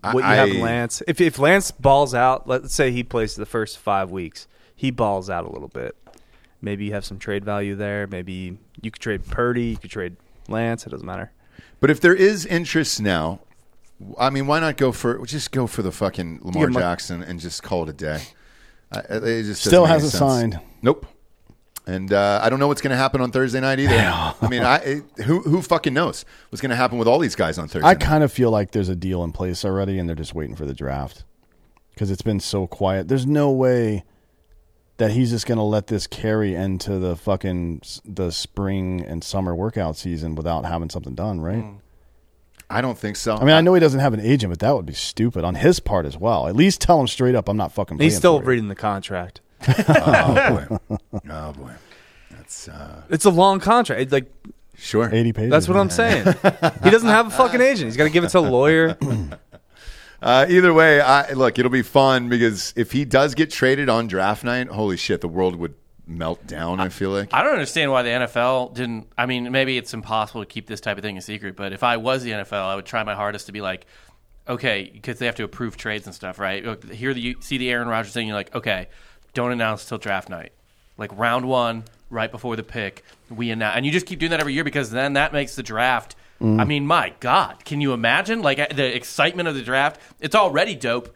S2: I-
S3: What you have,
S2: I-
S3: Lance. If if Lance balls out, let's say he plays the first five weeks, he balls out a little bit. Maybe you have some trade value there. Maybe you could trade Purdy. You could trade Lance. It doesn't matter.
S2: But if there is interest now, I mean, why not go for just go for the fucking Lamar
S3: Yeah, my-
S2: Jackson and just call it a day? I, it just doesn't
S5: Still
S2: make any
S5: hasn't
S2: sense.
S5: signed.
S2: Nope. And uh, I don't know what's going to happen on Thursday night
S5: <laughs>
S2: either. I mean, I it, who who fucking knows what's going to happen with all these guys on Thursday?
S5: I
S2: night?
S5: kind of feel like there's a deal in place already and they're just waiting for the draft because it's been so quiet. There's no way that he's just going to let this carry into the fucking s- the spring and summer workout season without having something done, right?
S3: Hmm.
S2: I don't think so.
S5: I mean, I know he doesn't have an agent, but that would be stupid on his part as well. At least tell him straight up, I'm not fucking.
S3: He's
S5: playing
S3: still
S5: for you."
S3: reading the contract.
S2: Oh boy. <laughs> Oh boy. That's uh
S3: It's a long contract. It, like
S2: sure.
S5: 80 pages.
S3: that's what I'm saying. he doesn't have a fucking
S5: <laughs>
S3: agent. He's got to give it to a
S5: <clears throat>
S3: lawyer.
S2: Uh, either way, I look, it'll be fun because if he does get traded on draft night, holy shit, the world would melt down, I feel like.
S4: I don't understand why the NFL didn't. I mean, maybe it's impossible to keep this type of thing a secret, but if I was the NFL, I would try my hardest to be like, okay, because they have to approve trades and stuff, right? Look, Here, the, you see the Aaron Rodgers thing, you're like, okay, don't announce till draft night, like round one, right before the pick, we announce, and you just keep doing that every year because then that makes the draft. uh, I mean, my God, can you imagine like the excitement of the draft? It's already dope.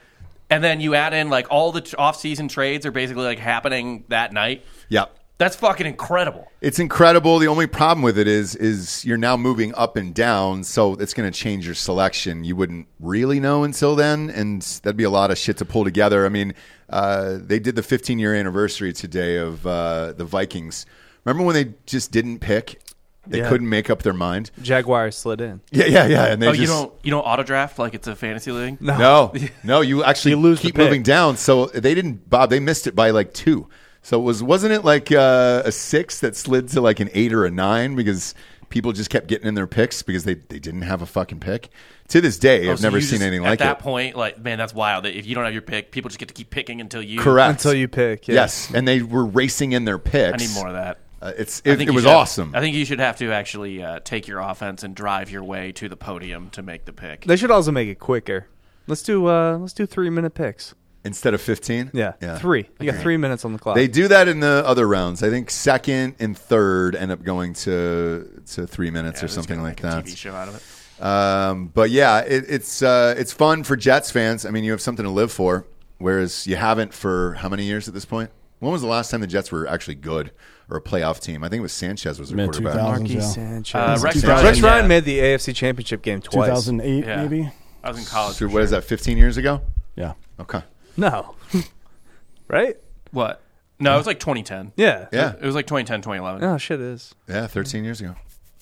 S4: and then you add in like all the t- off-season trades are basically like happening that night.
S2: Yeah.
S4: That's fucking incredible.
S2: It's incredible. The only problem with it is is you're now moving up and down, so it's going to change your selection. You wouldn't really know until then, and that'd be a lot of shit to pull together. I mean, uh, they did the 15 year anniversary today of uh, the Vikings. Remember when they just didn't pick? They
S3: Yeah.
S2: couldn't make up their mind.
S3: Jaguars slid in.
S2: Yeah, yeah, yeah. And they
S4: oh,
S2: just
S4: you don't you don't auto draft like it's a fantasy league?
S2: no,
S4: <laughs>
S2: no. You actually
S3: You lose the
S2: keep
S3: pick.
S2: moving down. So they didn't, Bob. They missed it by like two. So it was wasn't it like uh, a six that slid to like an eight or a nine because people just kept getting in their picks because they, they didn't have a fucking pick. To this day, I've
S4: Oh, So
S2: never
S4: you
S2: seen
S4: just-
S2: anything
S4: at
S2: like
S4: that
S2: it.
S4: point. Like, man, that's wild. That if you don't have your pick, people just get to keep picking until you
S2: Correct.
S3: Until you pick. Yeah.
S2: Yes, and they were racing in their picks.
S4: I need more of that.
S2: Uh, it's
S4: I
S2: it,
S4: think
S2: it
S4: you
S2: was
S4: should have-
S2: awesome.
S4: I think you should have to actually uh, take your offense and drive your way to the podium to make the pick.
S3: They should also make it quicker. Let's do uh let's do three minute picks.
S2: Instead of fifteen,
S3: Yeah. Three. You got three minutes on the clock.
S2: They do that in the other rounds. I think second and third end up going to to three minutes or
S4: Just
S2: something
S4: gonna
S2: like
S4: make a
S2: that.
S4: TV show out of it.
S2: Um, but yeah, it, it's uh, it's fun for Jets fans. I mean, you have something to live for, whereas you haven't for how many years at this point? When was the last time the Jets were actually good or a playoff team? I think it was Sanchez was their
S5: Mid
S2: quarterback.
S5: 2000s.
S3: Marquis
S5: Yeah.
S4: Uh,
S3: Sanchez.
S4: Rex
S2: 2000.
S4: Ryan,
S3: Rex Ryan
S4: yeah.
S3: made the AFC Championship game twice.
S5: 2008
S4: Yeah.
S5: maybe.
S4: I was in college.
S2: So
S4: for
S2: what is
S4: sure.
S2: that? Fifteen years ago?
S5: Yeah.
S2: Okay.
S3: No. <laughs> right?
S4: What? No, it was like 2010.
S3: Yeah.
S2: Yeah.
S4: It was like 2010, 2011.
S3: Oh shit it is.
S2: Yeah, 13 years ago.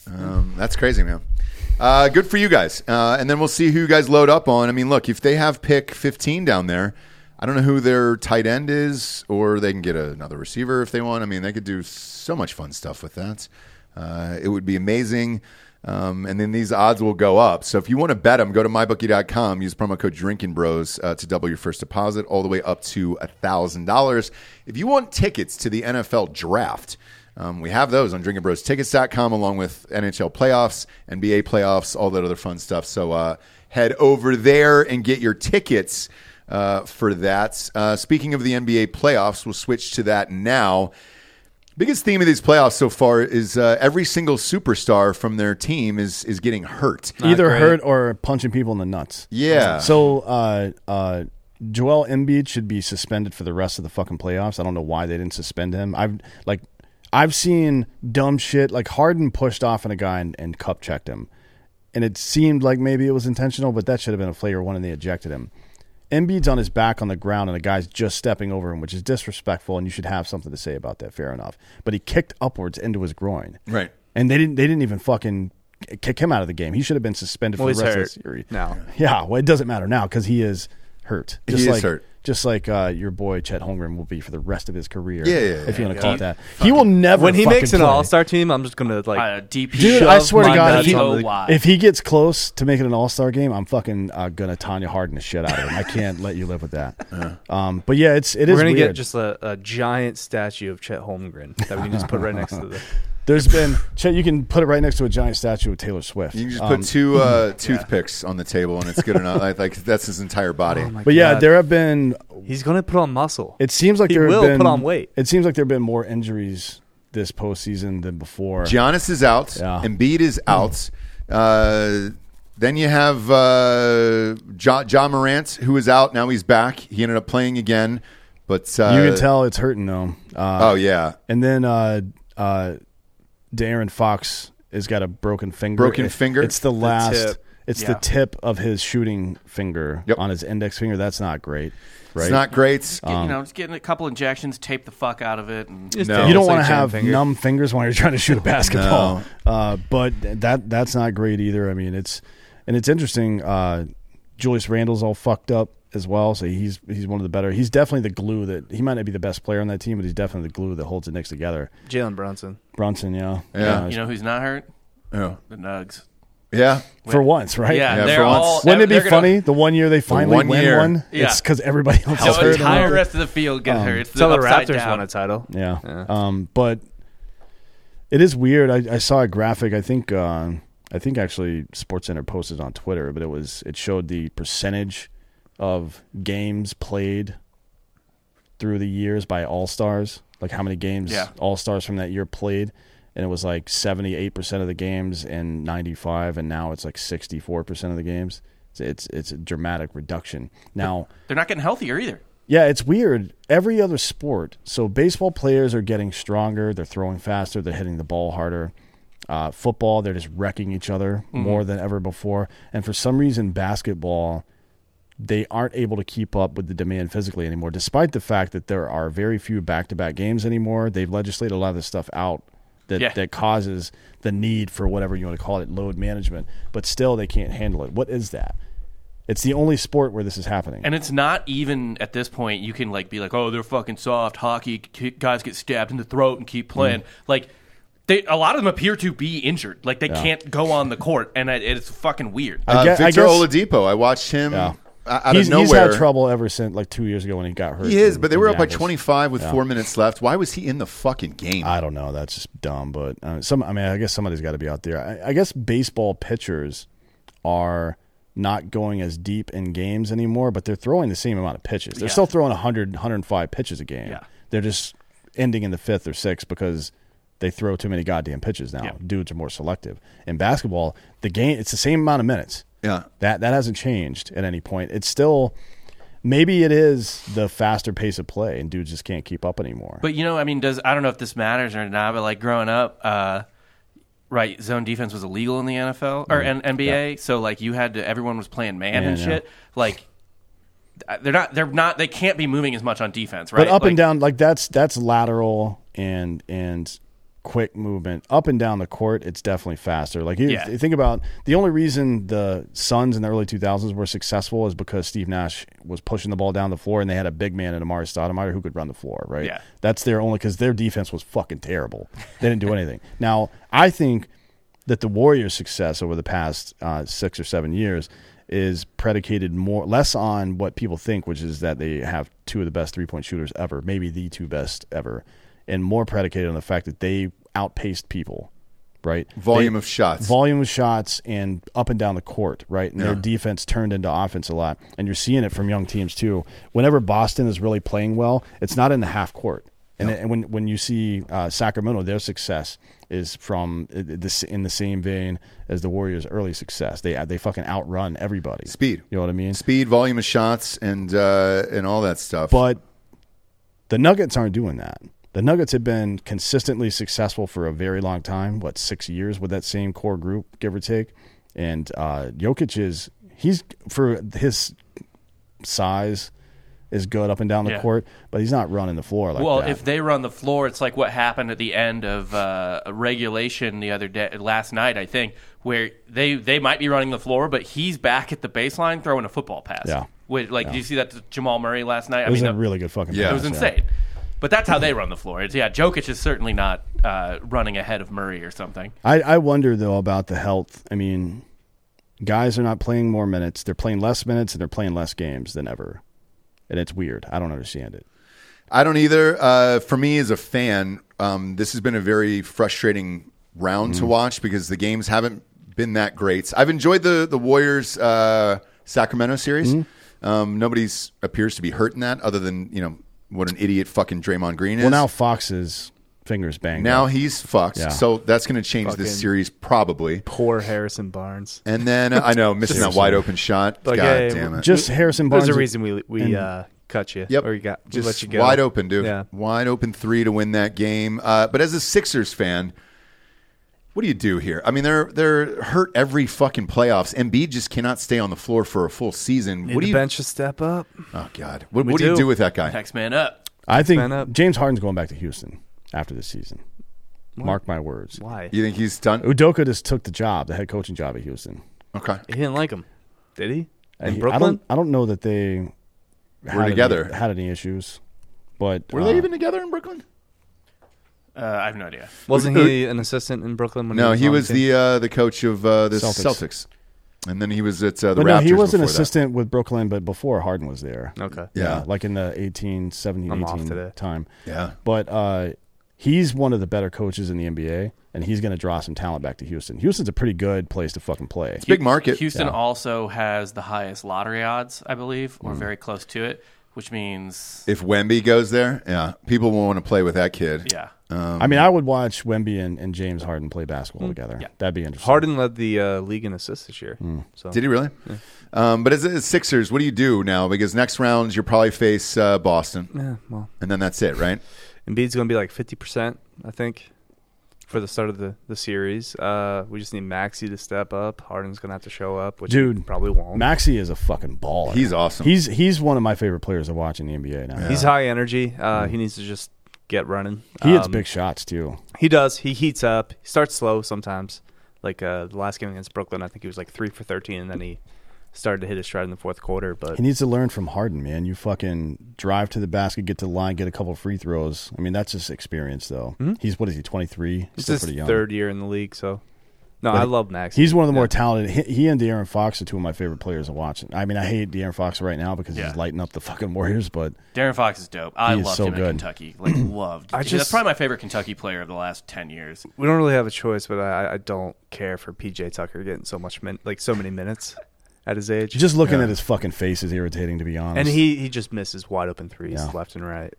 S2: Um, that's crazy, man. Uh, good for you guys. Uh, and then we'll see who you guys load up on. I mean, look, if they have pick 15 down there, I don't know who their tight end is, or they can get another receiver if they want. I mean, they could do so much fun stuff with that. Uh, it would be amazing. Um, and then these odds will go up. So if you want to bet them, go to mybookie.com, use promo code Drinking Bros uh, to double your first deposit, all the way up to $1,000. If you want tickets to the NFL draft, um, we have those on drinkingbrostickets.com along with NHL playoffs, NBA playoffs, all that other fun stuff. So uh, head over there and get your tickets uh, for that. Uh, speaking of the NBA playoffs, we'll switch to that now. Biggest theme of these playoffs so far is uh, every single superstar from their team is is getting hurt.
S5: Either
S3: great.
S5: hurt or punching people in the nuts.
S2: Yeah.
S5: So uh, uh, Joel Embiid should be suspended for the rest of the fucking playoffs. I don't know why they didn't suspend him. I've like I've seen dumb shit like Harden pushed off on a guy and, and cup checked him, and it seemed like maybe it was intentional, but that should have been a flagrant one, and they ejected him. Embiid's on his back on the ground, and the guy's just stepping over him, which is disrespectful, and you should have something to say about that. Fair enough, but he kicked upwards into his groin,
S2: Right.
S5: And they didn't. They didn't even fucking kick him out of the game. He should have been suspended
S3: Well,
S5: for
S3: he's
S5: the rest
S3: hurt
S5: of the series.
S3: now.
S5: Yeah, well, it doesn't matter now because he is hurt.
S2: He
S5: Just
S2: is
S5: like,
S2: hurt.
S5: Just like uh, your boy Chet Holmgren will be for the rest of his career.
S2: Yeah, yeah, yeah.
S5: if you want to call it that, he will never.
S3: When he
S5: fucking
S3: makes an
S5: play.
S3: all star team, I'm just gonna like
S4: Uh, DP
S5: Dude,
S4: shove
S5: I swear to
S4: my
S5: God, if
S4: nuts
S5: he,
S4: so wide.
S5: if he gets close to making an All Star game, I'm fucking uh, gonna Tanya Harden the shit out of him. I can't let you live
S2: <laughs>
S5: with that.
S2: Uh-huh.
S5: Um, but yeah, it's it is
S3: we're gonna
S5: weird.
S3: get just a, a giant statue of Chet Holmgren that we can just put right next to the
S5: There's been Chet. You can put it right next to a giant statue of Taylor Swift.
S2: You can just
S5: Um,
S2: put two uh, toothpicks on the table and it's good enough. like, like that's his entire body.
S3: my
S5: but yeah,
S3: God.
S5: there have been
S3: He's gonna put on muscle.
S5: It seems like
S3: He
S5: there have
S3: will
S5: been,
S3: put on weight.
S5: It seems like there have been more injuries this postseason than before.
S2: Giannis is out.
S5: Yeah.
S2: Embiid is out. Uh, then you have uh, John ja Morant, who is out. Now he's back. He ended up playing again, but uh,
S5: you can tell it's hurting though. Uh,
S2: Oh yeah,
S5: and then uh, uh, Darren Fox has got a broken finger.
S2: Broken
S5: It-
S2: finger?
S5: It's the last.
S3: tip.
S5: It's
S4: Yeah.
S5: the tip of his shooting finger
S2: Yep.
S5: on his index finger. That's not great, right?
S2: it's not great.
S4: Get- you know, just getting a couple injections, tape the fuck out of it, and
S3: Just
S2: No.
S3: take
S5: you
S3: a
S5: don't want to
S3: sledgehammer
S5: have
S3: finger.
S5: numb fingers while you're trying to shoot a basketball. Uh, but that that's not great either. I mean, it's and it's interesting. Uh, Julius Randle's all fucked up as well, so he's he's one of the better. He's definitely the glue that he might not be the best player on that team, but he's definitely the glue that holds the Knicks together.
S3: Jalen Brunson.
S5: Brunson, yeah,
S2: Yeah.
S4: you know who's not hurt?
S2: Oh.
S4: The Nugs.
S2: Yeah,
S5: for once, right?
S4: Yeah,
S2: Yeah,
S4: they're
S2: for
S4: all.
S2: once.
S5: Wouldn't it be
S4: they're gonna-
S5: funny the one year they finally
S2: one
S5: win
S2: year.
S5: one?
S4: Yeah.
S5: It's because everybody else is
S4: The
S5: hurt.
S4: entire
S5: and-
S4: rest of the field
S5: Oh.
S4: gets hurt. It's
S3: So the
S4: upside
S3: Raptors
S4: down.
S3: won a title.
S5: Yeah.
S3: Yeah.
S5: Um, but it is weird. I, I saw a graphic. I think uh, I think actually SportsCenter posted on Twitter, but it was it showed the percentage of games played through the years by All Stars, like how many games
S4: Yeah.
S5: All Stars from that year played. And it was like seventy eight percent of the games and ninety five, and now it's like sixty four percent of the games. It's it's, it's a dramatic reduction. Now,
S4: They're not getting healthier either.
S5: yeah, it's weird. Every other sport, so baseball players are getting stronger. They're throwing faster. They're hitting the ball harder. Uh, football, they're just wrecking each other more than ever before. And for some reason, basketball, they aren't able to keep up with the demand physically anymore, despite the fact that there are very few back to back games anymore. They've legislated a lot of this stuff out that,
S4: Yeah.
S5: that causes the need for whatever you want to call it load management, but still they can't handle it. What is that? It's the only sport where this is happening.
S4: And it's not even at this point you can like be like, oh, they're fucking soft. Hockey k- guys get stabbed in the throat and
S5: Mm.
S4: keep playing. Like they, a lot of them appear to be injured. Like they can't go on the court, and it, it's fucking weird.
S5: I
S2: Uh,
S5: guess- I
S2: Victor
S5: guess-
S2: Oladipo. I watched him
S5: Yeah.
S2: uh, out
S5: he's,
S2: of nowhere.
S5: he's had trouble ever since like two years ago when he got hurt.
S2: He is,
S5: in
S2: but they were up by
S5: Indianapolis.
S2: 25 with four minutes left. Why was he in the fucking game?
S5: I don't know. That's just dumb. But uh, some, I mean, I guess somebody's got to be out there. I, I guess baseball pitchers are not going as deep in games anymore, but they're throwing the same amount of pitches. They're
S4: Yeah.
S5: still throwing 100, 105 pitches a game.
S4: Yeah.
S5: They're just ending in the fifth or sixth because they throw too many goddamn pitches now.
S4: Yeah.
S5: Dudes are more selective. In basketball, the game it's the same amount of minutes.
S2: Yeah.
S5: That that hasn't changed at any point. It's still maybe it is the faster pace of play and dudes just can't keep up anymore.
S4: But you know, I mean, does I don't know if this matters or not, but like growing up, uh, right, zone defense was illegal in the NFL or N- NBA, so like you had to everyone was playing man
S5: Mm-hmm. Yeah,
S4: and
S5: I know.
S4: shit. Like they're not, they're not, they can't be moving as much on defense, right?
S5: But up
S4: Like,
S5: and down, like that's that's lateral and and quick movement. Up and down the court, it's definitely faster. Like you
S4: Yeah.
S5: you think about the only reason the Suns in the early two thousands were successful is because Steve Nash was pushing the ball down the floor, and they had a big man in Amari Stoudemire who could run the floor. Right?
S4: Yeah.
S5: That's their only because their defense was fucking terrible. They didn't do anything. <laughs> now I think that the Warriors' success over the past uh, six or seven years is predicated more less on what people think, which is that they have two of the best three point shooters ever, maybe the two best ever, and more predicated on the fact that they outpaced people, right?
S2: Volume
S5: They-
S2: of shots.
S5: volume of shots, and up and down the court, right? And their defense turned into offense a lot, and you're seeing it from young teams too. Whenever Boston is really playing well, it's not in the half court. And, and when, when you see uh, Sacramento, their success is from uh, this in the same vein as the Warriors' early success. They uh, they fucking outrun everybody.
S2: Speed.
S5: you know what I mean?
S2: Speed, volume of shots, and uh, and all that stuff.
S5: But the Nuggets aren't doing that. The Nuggets have been consistently successful for a very long time, what, six years with that same core group, give or take. And uh, Jokic is, he's, for his size, is good up and down the
S4: Yeah.
S5: court, but he's not running the floor like
S4: well,
S5: that.
S4: if they run the floor, it's like what happened at the end of uh, a regulation the other day, last night, I think, where they they might be running the floor, but he's back at the baseline throwing a football pass.
S5: Yeah.
S4: Wait, like, did you see that to Jamal Murray last night?
S5: it was
S4: I mean,
S5: a
S4: that-
S5: really good fucking
S2: Yeah.
S5: pass,
S4: It was insane. But that's how they run the floor. It's, yeah, Jokic is certainly not uh, running ahead of Murray or something.
S5: I, I wonder though about the health. I mean, guys are not playing more minutes; they're playing less minutes, and they're playing less games than ever. And it's weird. I don't understand it.
S2: I don't either. Uh, for me as a fan, um, this has been a very frustrating round
S5: Mm.
S2: to watch because the games haven't been that great. I've enjoyed the the Warriors uh, Sacramento series.
S5: Mm-hmm.
S2: Um, nobody's appears to be hurt in that, other than you know what an idiot fucking Draymond Green is.
S5: Well, now Fox's fingers banged.
S2: now
S5: up.
S2: he's fucked.
S5: Yeah.
S2: So that's going to change this
S3: Fucking-
S2: series probably.
S3: Poor Harrison Barnes.
S2: And then uh, I know
S3: <laughs>
S2: missing that
S5: Seriously.
S2: wide open shot.
S3: Like,
S2: God
S3: hey,
S2: damn it!
S5: just Harrison Barnes.
S3: There's a reason we
S5: and-
S3: we uh, cut you.
S2: Yep.
S3: Or you got we
S2: just
S3: let you go.
S2: wide open, dude.
S3: Yeah.
S2: Wide open three to win that game. Uh, but as a Sixers fan, what do you do here? I mean, they're they're hurt every fucking playoffs. Embiid just cannot stay on the floor for a full season.
S3: Need
S2: what
S3: the
S2: do you?
S3: bench to step up?
S2: Oh God, what,
S3: We
S2: what do you
S3: do.
S2: do with that
S3: <laughs>
S2: guy?
S4: Next man up.
S5: I
S3: Man up.
S5: think James Harden's going back to Houston after this season. Mark my words.
S3: Why?
S2: You think he's done?
S5: Udoka just took the job, the head coaching job at Houston.
S2: Okay,
S3: He didn't like him, did he? In
S5: He- I
S3: Brooklyn?
S5: don't. I don't know that they had any-
S2: together.
S5: had any issues, but
S2: were
S5: uh,
S2: they even together in Brooklyn?
S4: Uh, I have no idea.
S2: <laughs>
S3: Wasn't he an assistant in Brooklyn when
S2: No, he
S3: on
S2: was
S3: team?
S2: the uh, the coach of uh, the Celtics.
S5: Celtics.
S2: and then he was at uh, the Raptors.
S5: But no, he was an
S2: before that.
S5: assistant with Brooklyn, but before Harden was there.
S3: Okay.
S2: Yeah.
S5: like in the 18, 17,
S3: I'm off
S5: 18
S3: today.
S5: time.
S2: Yeah.
S5: But uh, he's one of the better coaches in the NBA, and he's going to draw some talent back to Houston. Houston's a pretty good place to fucking play.
S2: Big market.
S4: Houston
S5: Yeah.
S2: Hmm.
S4: also has the highest lottery odds, I believe, or very close to it, which means
S2: If Wemby goes there, yeah, people will want to play with that kid.
S4: yeah.
S5: I mean, I would watch Wemby and, and James Harden play
S3: Mm.
S5: basketball together. That'd be interesting.
S3: Harden led the uh, league in assists this year.
S5: Hmm.
S3: So
S2: Did he really? Um, but as, as Sixers, what do you do now? Because next round you'll probably face uh, Boston,
S3: yeah, well,
S2: and then that's it, right?
S3: Embiid's going to be like fifty percent, I think, for the start of the the series. Uh, we just need Maxi to step up. Harden's going to have to show up, which
S5: Dude,
S3: he probably won't.
S5: Maxi is a fucking baller.
S2: He's awesome.
S5: He's he's one of my favorite players to watch in the NBA now.
S3: He's high energy. Uh, he needs to just get running.
S5: he hits
S3: Um,
S5: big shots too.
S3: He does. He heats up. He starts slow sometimes. Like uh, the last game against Brooklyn, I think he was like three for thirteen, and then he started to hit his stride in the fourth quarter. But
S5: He needs to learn from Harden, man. You fucking drive to the basket, get to the line, get a couple free throws. I mean, that's just experience, though.
S3: Hmm?
S5: He's what is he, twenty three?
S3: it's
S5: Still
S3: his
S5: pretty young.
S3: third year in the league, so no, I love Max.
S5: He's one of the more talented. He, he and De'Aaron Fox are two of my favorite players to watch. I mean, I hate De'Aaron Fox right now because
S4: Yeah.
S5: he's lighting up the fucking Warriors, but
S4: Darren Fox is dope. I
S5: He is
S4: loved
S5: so
S4: him
S5: good.
S4: in Kentucky.
S5: <clears throat>
S4: Like loved.
S3: I
S4: that's
S3: just-
S4: probably my favorite Kentucky player of the last ten years.
S3: we don't really have a choice, but I, I don't care for PJ Tucker getting so much min- like so many minutes <laughs> at his age.
S5: just looking at his fucking face is irritating, to be honest.
S3: and he, he just misses wide open threes
S5: Yeah.
S3: left and right.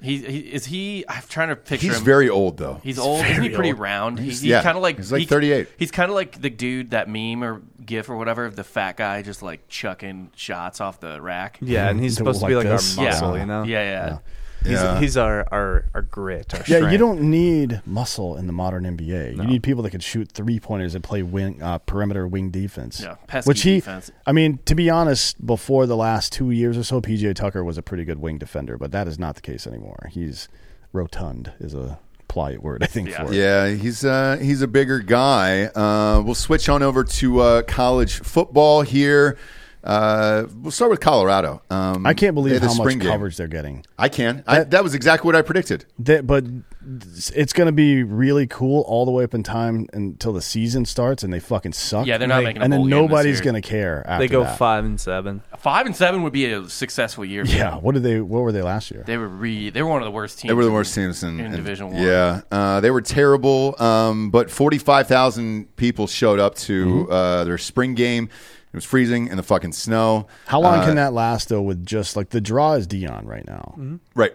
S4: He, he is he. I'm trying to picture
S2: He's
S4: him.
S2: very old though.
S4: He's old. Isn't he pretty round? He's, he's
S2: yeah.
S4: kind of like
S2: He's like
S4: he-
S2: 38.
S4: He's kind of like the dude that meme or GIF or whatever of the fat guy just like chucking shots off the rack.
S3: Yeah, and he's
S5: Like
S3: supposed to be like
S5: this?
S3: our
S4: yeah,
S3: muscle,
S5: Yeah.
S3: you know.
S4: yeah, yeah.
S3: he's,
S2: Yeah.
S3: he's our, our our grit. Our
S5: yeah, you
S3: strength.
S5: don't need muscle in the modern NBA. You need people that can shoot three pointers and play wing uh, perimeter wing defense.
S4: Yeah, pesky
S5: which he,
S4: defense.
S5: I mean, to be honest, before the last two years or so, PJ Tucker was a pretty good wing defender, but that is not the case anymore. He's rotund is a pliant word, I think.
S4: Yeah.
S5: For it.
S2: Yeah, he's uh, he's a bigger guy. Uh, we'll switch on over to uh, college football here. Uh, we'll start with Colorado. Um,
S5: I can't believe
S2: they had the
S5: how much
S2: spring game.
S5: coverage they're getting.
S2: I can. I, that was exactly what I predicted.
S5: That, but it's going to be really cool all the way up in time until the season starts, and they fucking suck.
S4: Yeah, they're not making a
S5: and
S4: bowl
S5: then
S4: game this
S5: nobody's
S4: year.
S5: going to care. After
S3: They go
S5: that.
S3: five and seven.
S4: Five and seven would be a successful year. for
S5: Yeah,
S4: them.
S5: what did they? What were they last year?
S4: they were re. They were one of the worst teams.
S2: They were the
S4: in-
S2: worst teams in,
S4: in,
S2: in-
S4: Division One.
S2: Yeah, uh, they were terrible. Um, but forty-five thousand people showed up to
S5: Mm-hmm.
S2: uh, their spring game. It was freezing in the fucking snow.
S5: How long
S2: Uh,
S5: can that last though? With just like the draw is Dion right now.
S3: Mm-hmm.
S2: Right.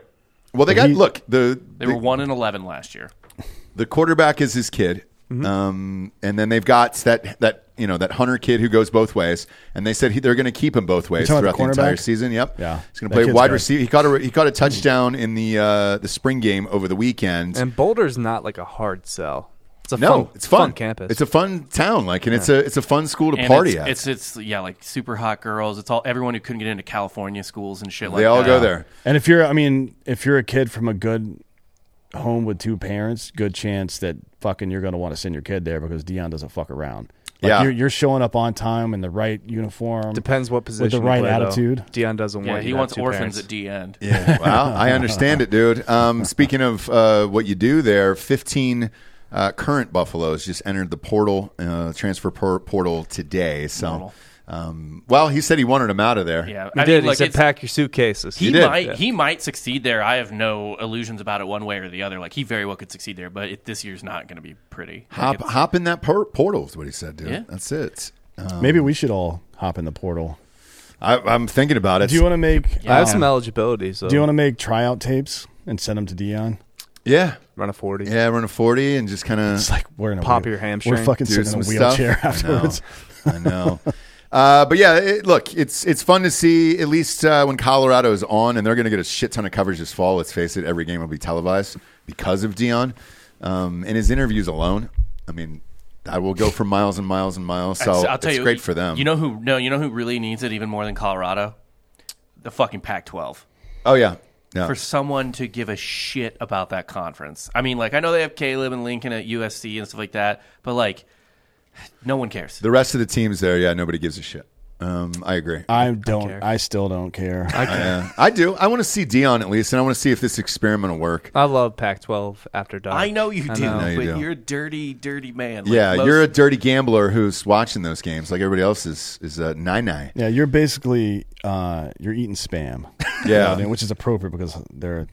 S2: Well, they got
S5: he-
S2: look the
S4: They
S2: the-
S4: were one and eleven last year.
S2: the quarterback is his kid,
S5: Mm-hmm.
S2: um, and then they've got that that you know that Hunter kid who goes both ways, and they said he, they're going to keep him both ways
S5: talking about
S2: throughout
S5: the
S2: the entire
S5: cornerback?
S2: season. Yep,
S5: Yeah.
S2: he's going
S5: That
S2: to play
S5: kid's
S2: wide
S5: good.
S2: receiver. He caught a he caught a touchdown in the uh, the spring game over the weekend.
S3: And Boulder's not like a hard sell. It's a
S2: no,
S3: fun,
S2: it's fun.
S3: campus.
S2: It's a fun town, like, and it's a it's a fun school to
S4: And
S2: party
S4: it's,
S2: at.
S4: It's it's yeah, like super hot girls. It's all everyone who couldn't get into California schools and shit. like
S2: they all
S4: that.
S2: go
S4: <laughs>
S2: there.
S5: And if you're, I mean, if you're a kid from a good home with two parents, good chance that fucking you're going to want to send your kid there because Dion doesn't fuck around. Like
S2: Yeah.
S5: you're, you're showing up on time in the right uniform.
S3: Depends what position.
S5: with the
S3: you
S5: right
S3: play, though.
S5: attitude.
S3: Dion doesn't
S4: Yeah,
S3: want. you
S4: he
S3: to
S4: wants
S3: have two
S4: orphans
S3: parents.
S4: at D end.
S2: Wow, I understand it, dude. Um, speaking of uh, what you do there, 15 uh, current Buffaloes just entered the portal, uh, transfer por- portal today. So, um, well, he said he wanted him out of there.
S4: Yeah,
S3: He
S4: I
S3: did.
S4: mean, like,
S3: he said,
S4: it's-
S3: "Pack your suitcases."
S4: He
S2: did.
S4: might
S3: Yeah.
S4: he might succeed there. I have no illusions about it one way or the other. Like he very well could succeed there, but it, this year's not going to be pretty. Like,
S2: Hop,
S4: it's-
S2: hop in that por- portal is what he said, dude.
S4: Yeah.
S2: That's it. Um,
S5: Maybe we should all hop in the portal.
S2: I, I'm thinking about it.
S5: Do you want to make?
S3: I have
S5: uh,
S3: some eligibility, so
S5: do you want to make tryout tapes and send them to Dion?
S2: yeah,
S3: run a forty?
S2: yeah, run a 40 and just kind of
S5: It's like we're in a
S3: Pop
S5: wheel-
S3: your hamstring.
S5: We're fucking
S2: do
S5: sitting
S2: some
S5: in a wheelchair
S2: stuff.
S5: <laughs> afterwards.
S2: I know. I know. Uh, but yeah, it, look, it's it's fun to see at least uh, when Colorado is on, and they're going to get a shit ton of coverage this fall. Let's face it, every game will be televised because of Dion um, and his interviews alone. I mean, I will go for miles and miles and miles. So
S4: I'll tell
S2: it's
S4: you,
S2: great for them.
S4: You know who? No, you know who really needs it even more than Colorado? The fucking Pac-12.
S2: oh yeah, yeah.
S4: For someone to give a shit about that conference. I mean, like I know they have Caleb and Lincoln at USC and stuff like that, but like no one cares.
S2: the rest of the teams there, yeah, nobody gives a shit. Um, I agree.
S5: I don't. I still don't care.
S2: Yeah. I do. I want to see Dion at least, and I want to see if this experiment will work.
S3: I love Pac-12 after dark.
S4: I know you do,
S3: know.
S2: I know you
S4: but
S2: do.
S4: you're a dirty, dirty man. Like,
S2: Yeah,
S4: most-
S2: you're a dirty gambler who's watching those games like everybody else is is uh, nine nine.
S5: Yeah, you're basically uh, you're
S2: <laughs>
S5: eating spam. You know
S2: Yeah.
S5: what I mean? which is appropriate because they're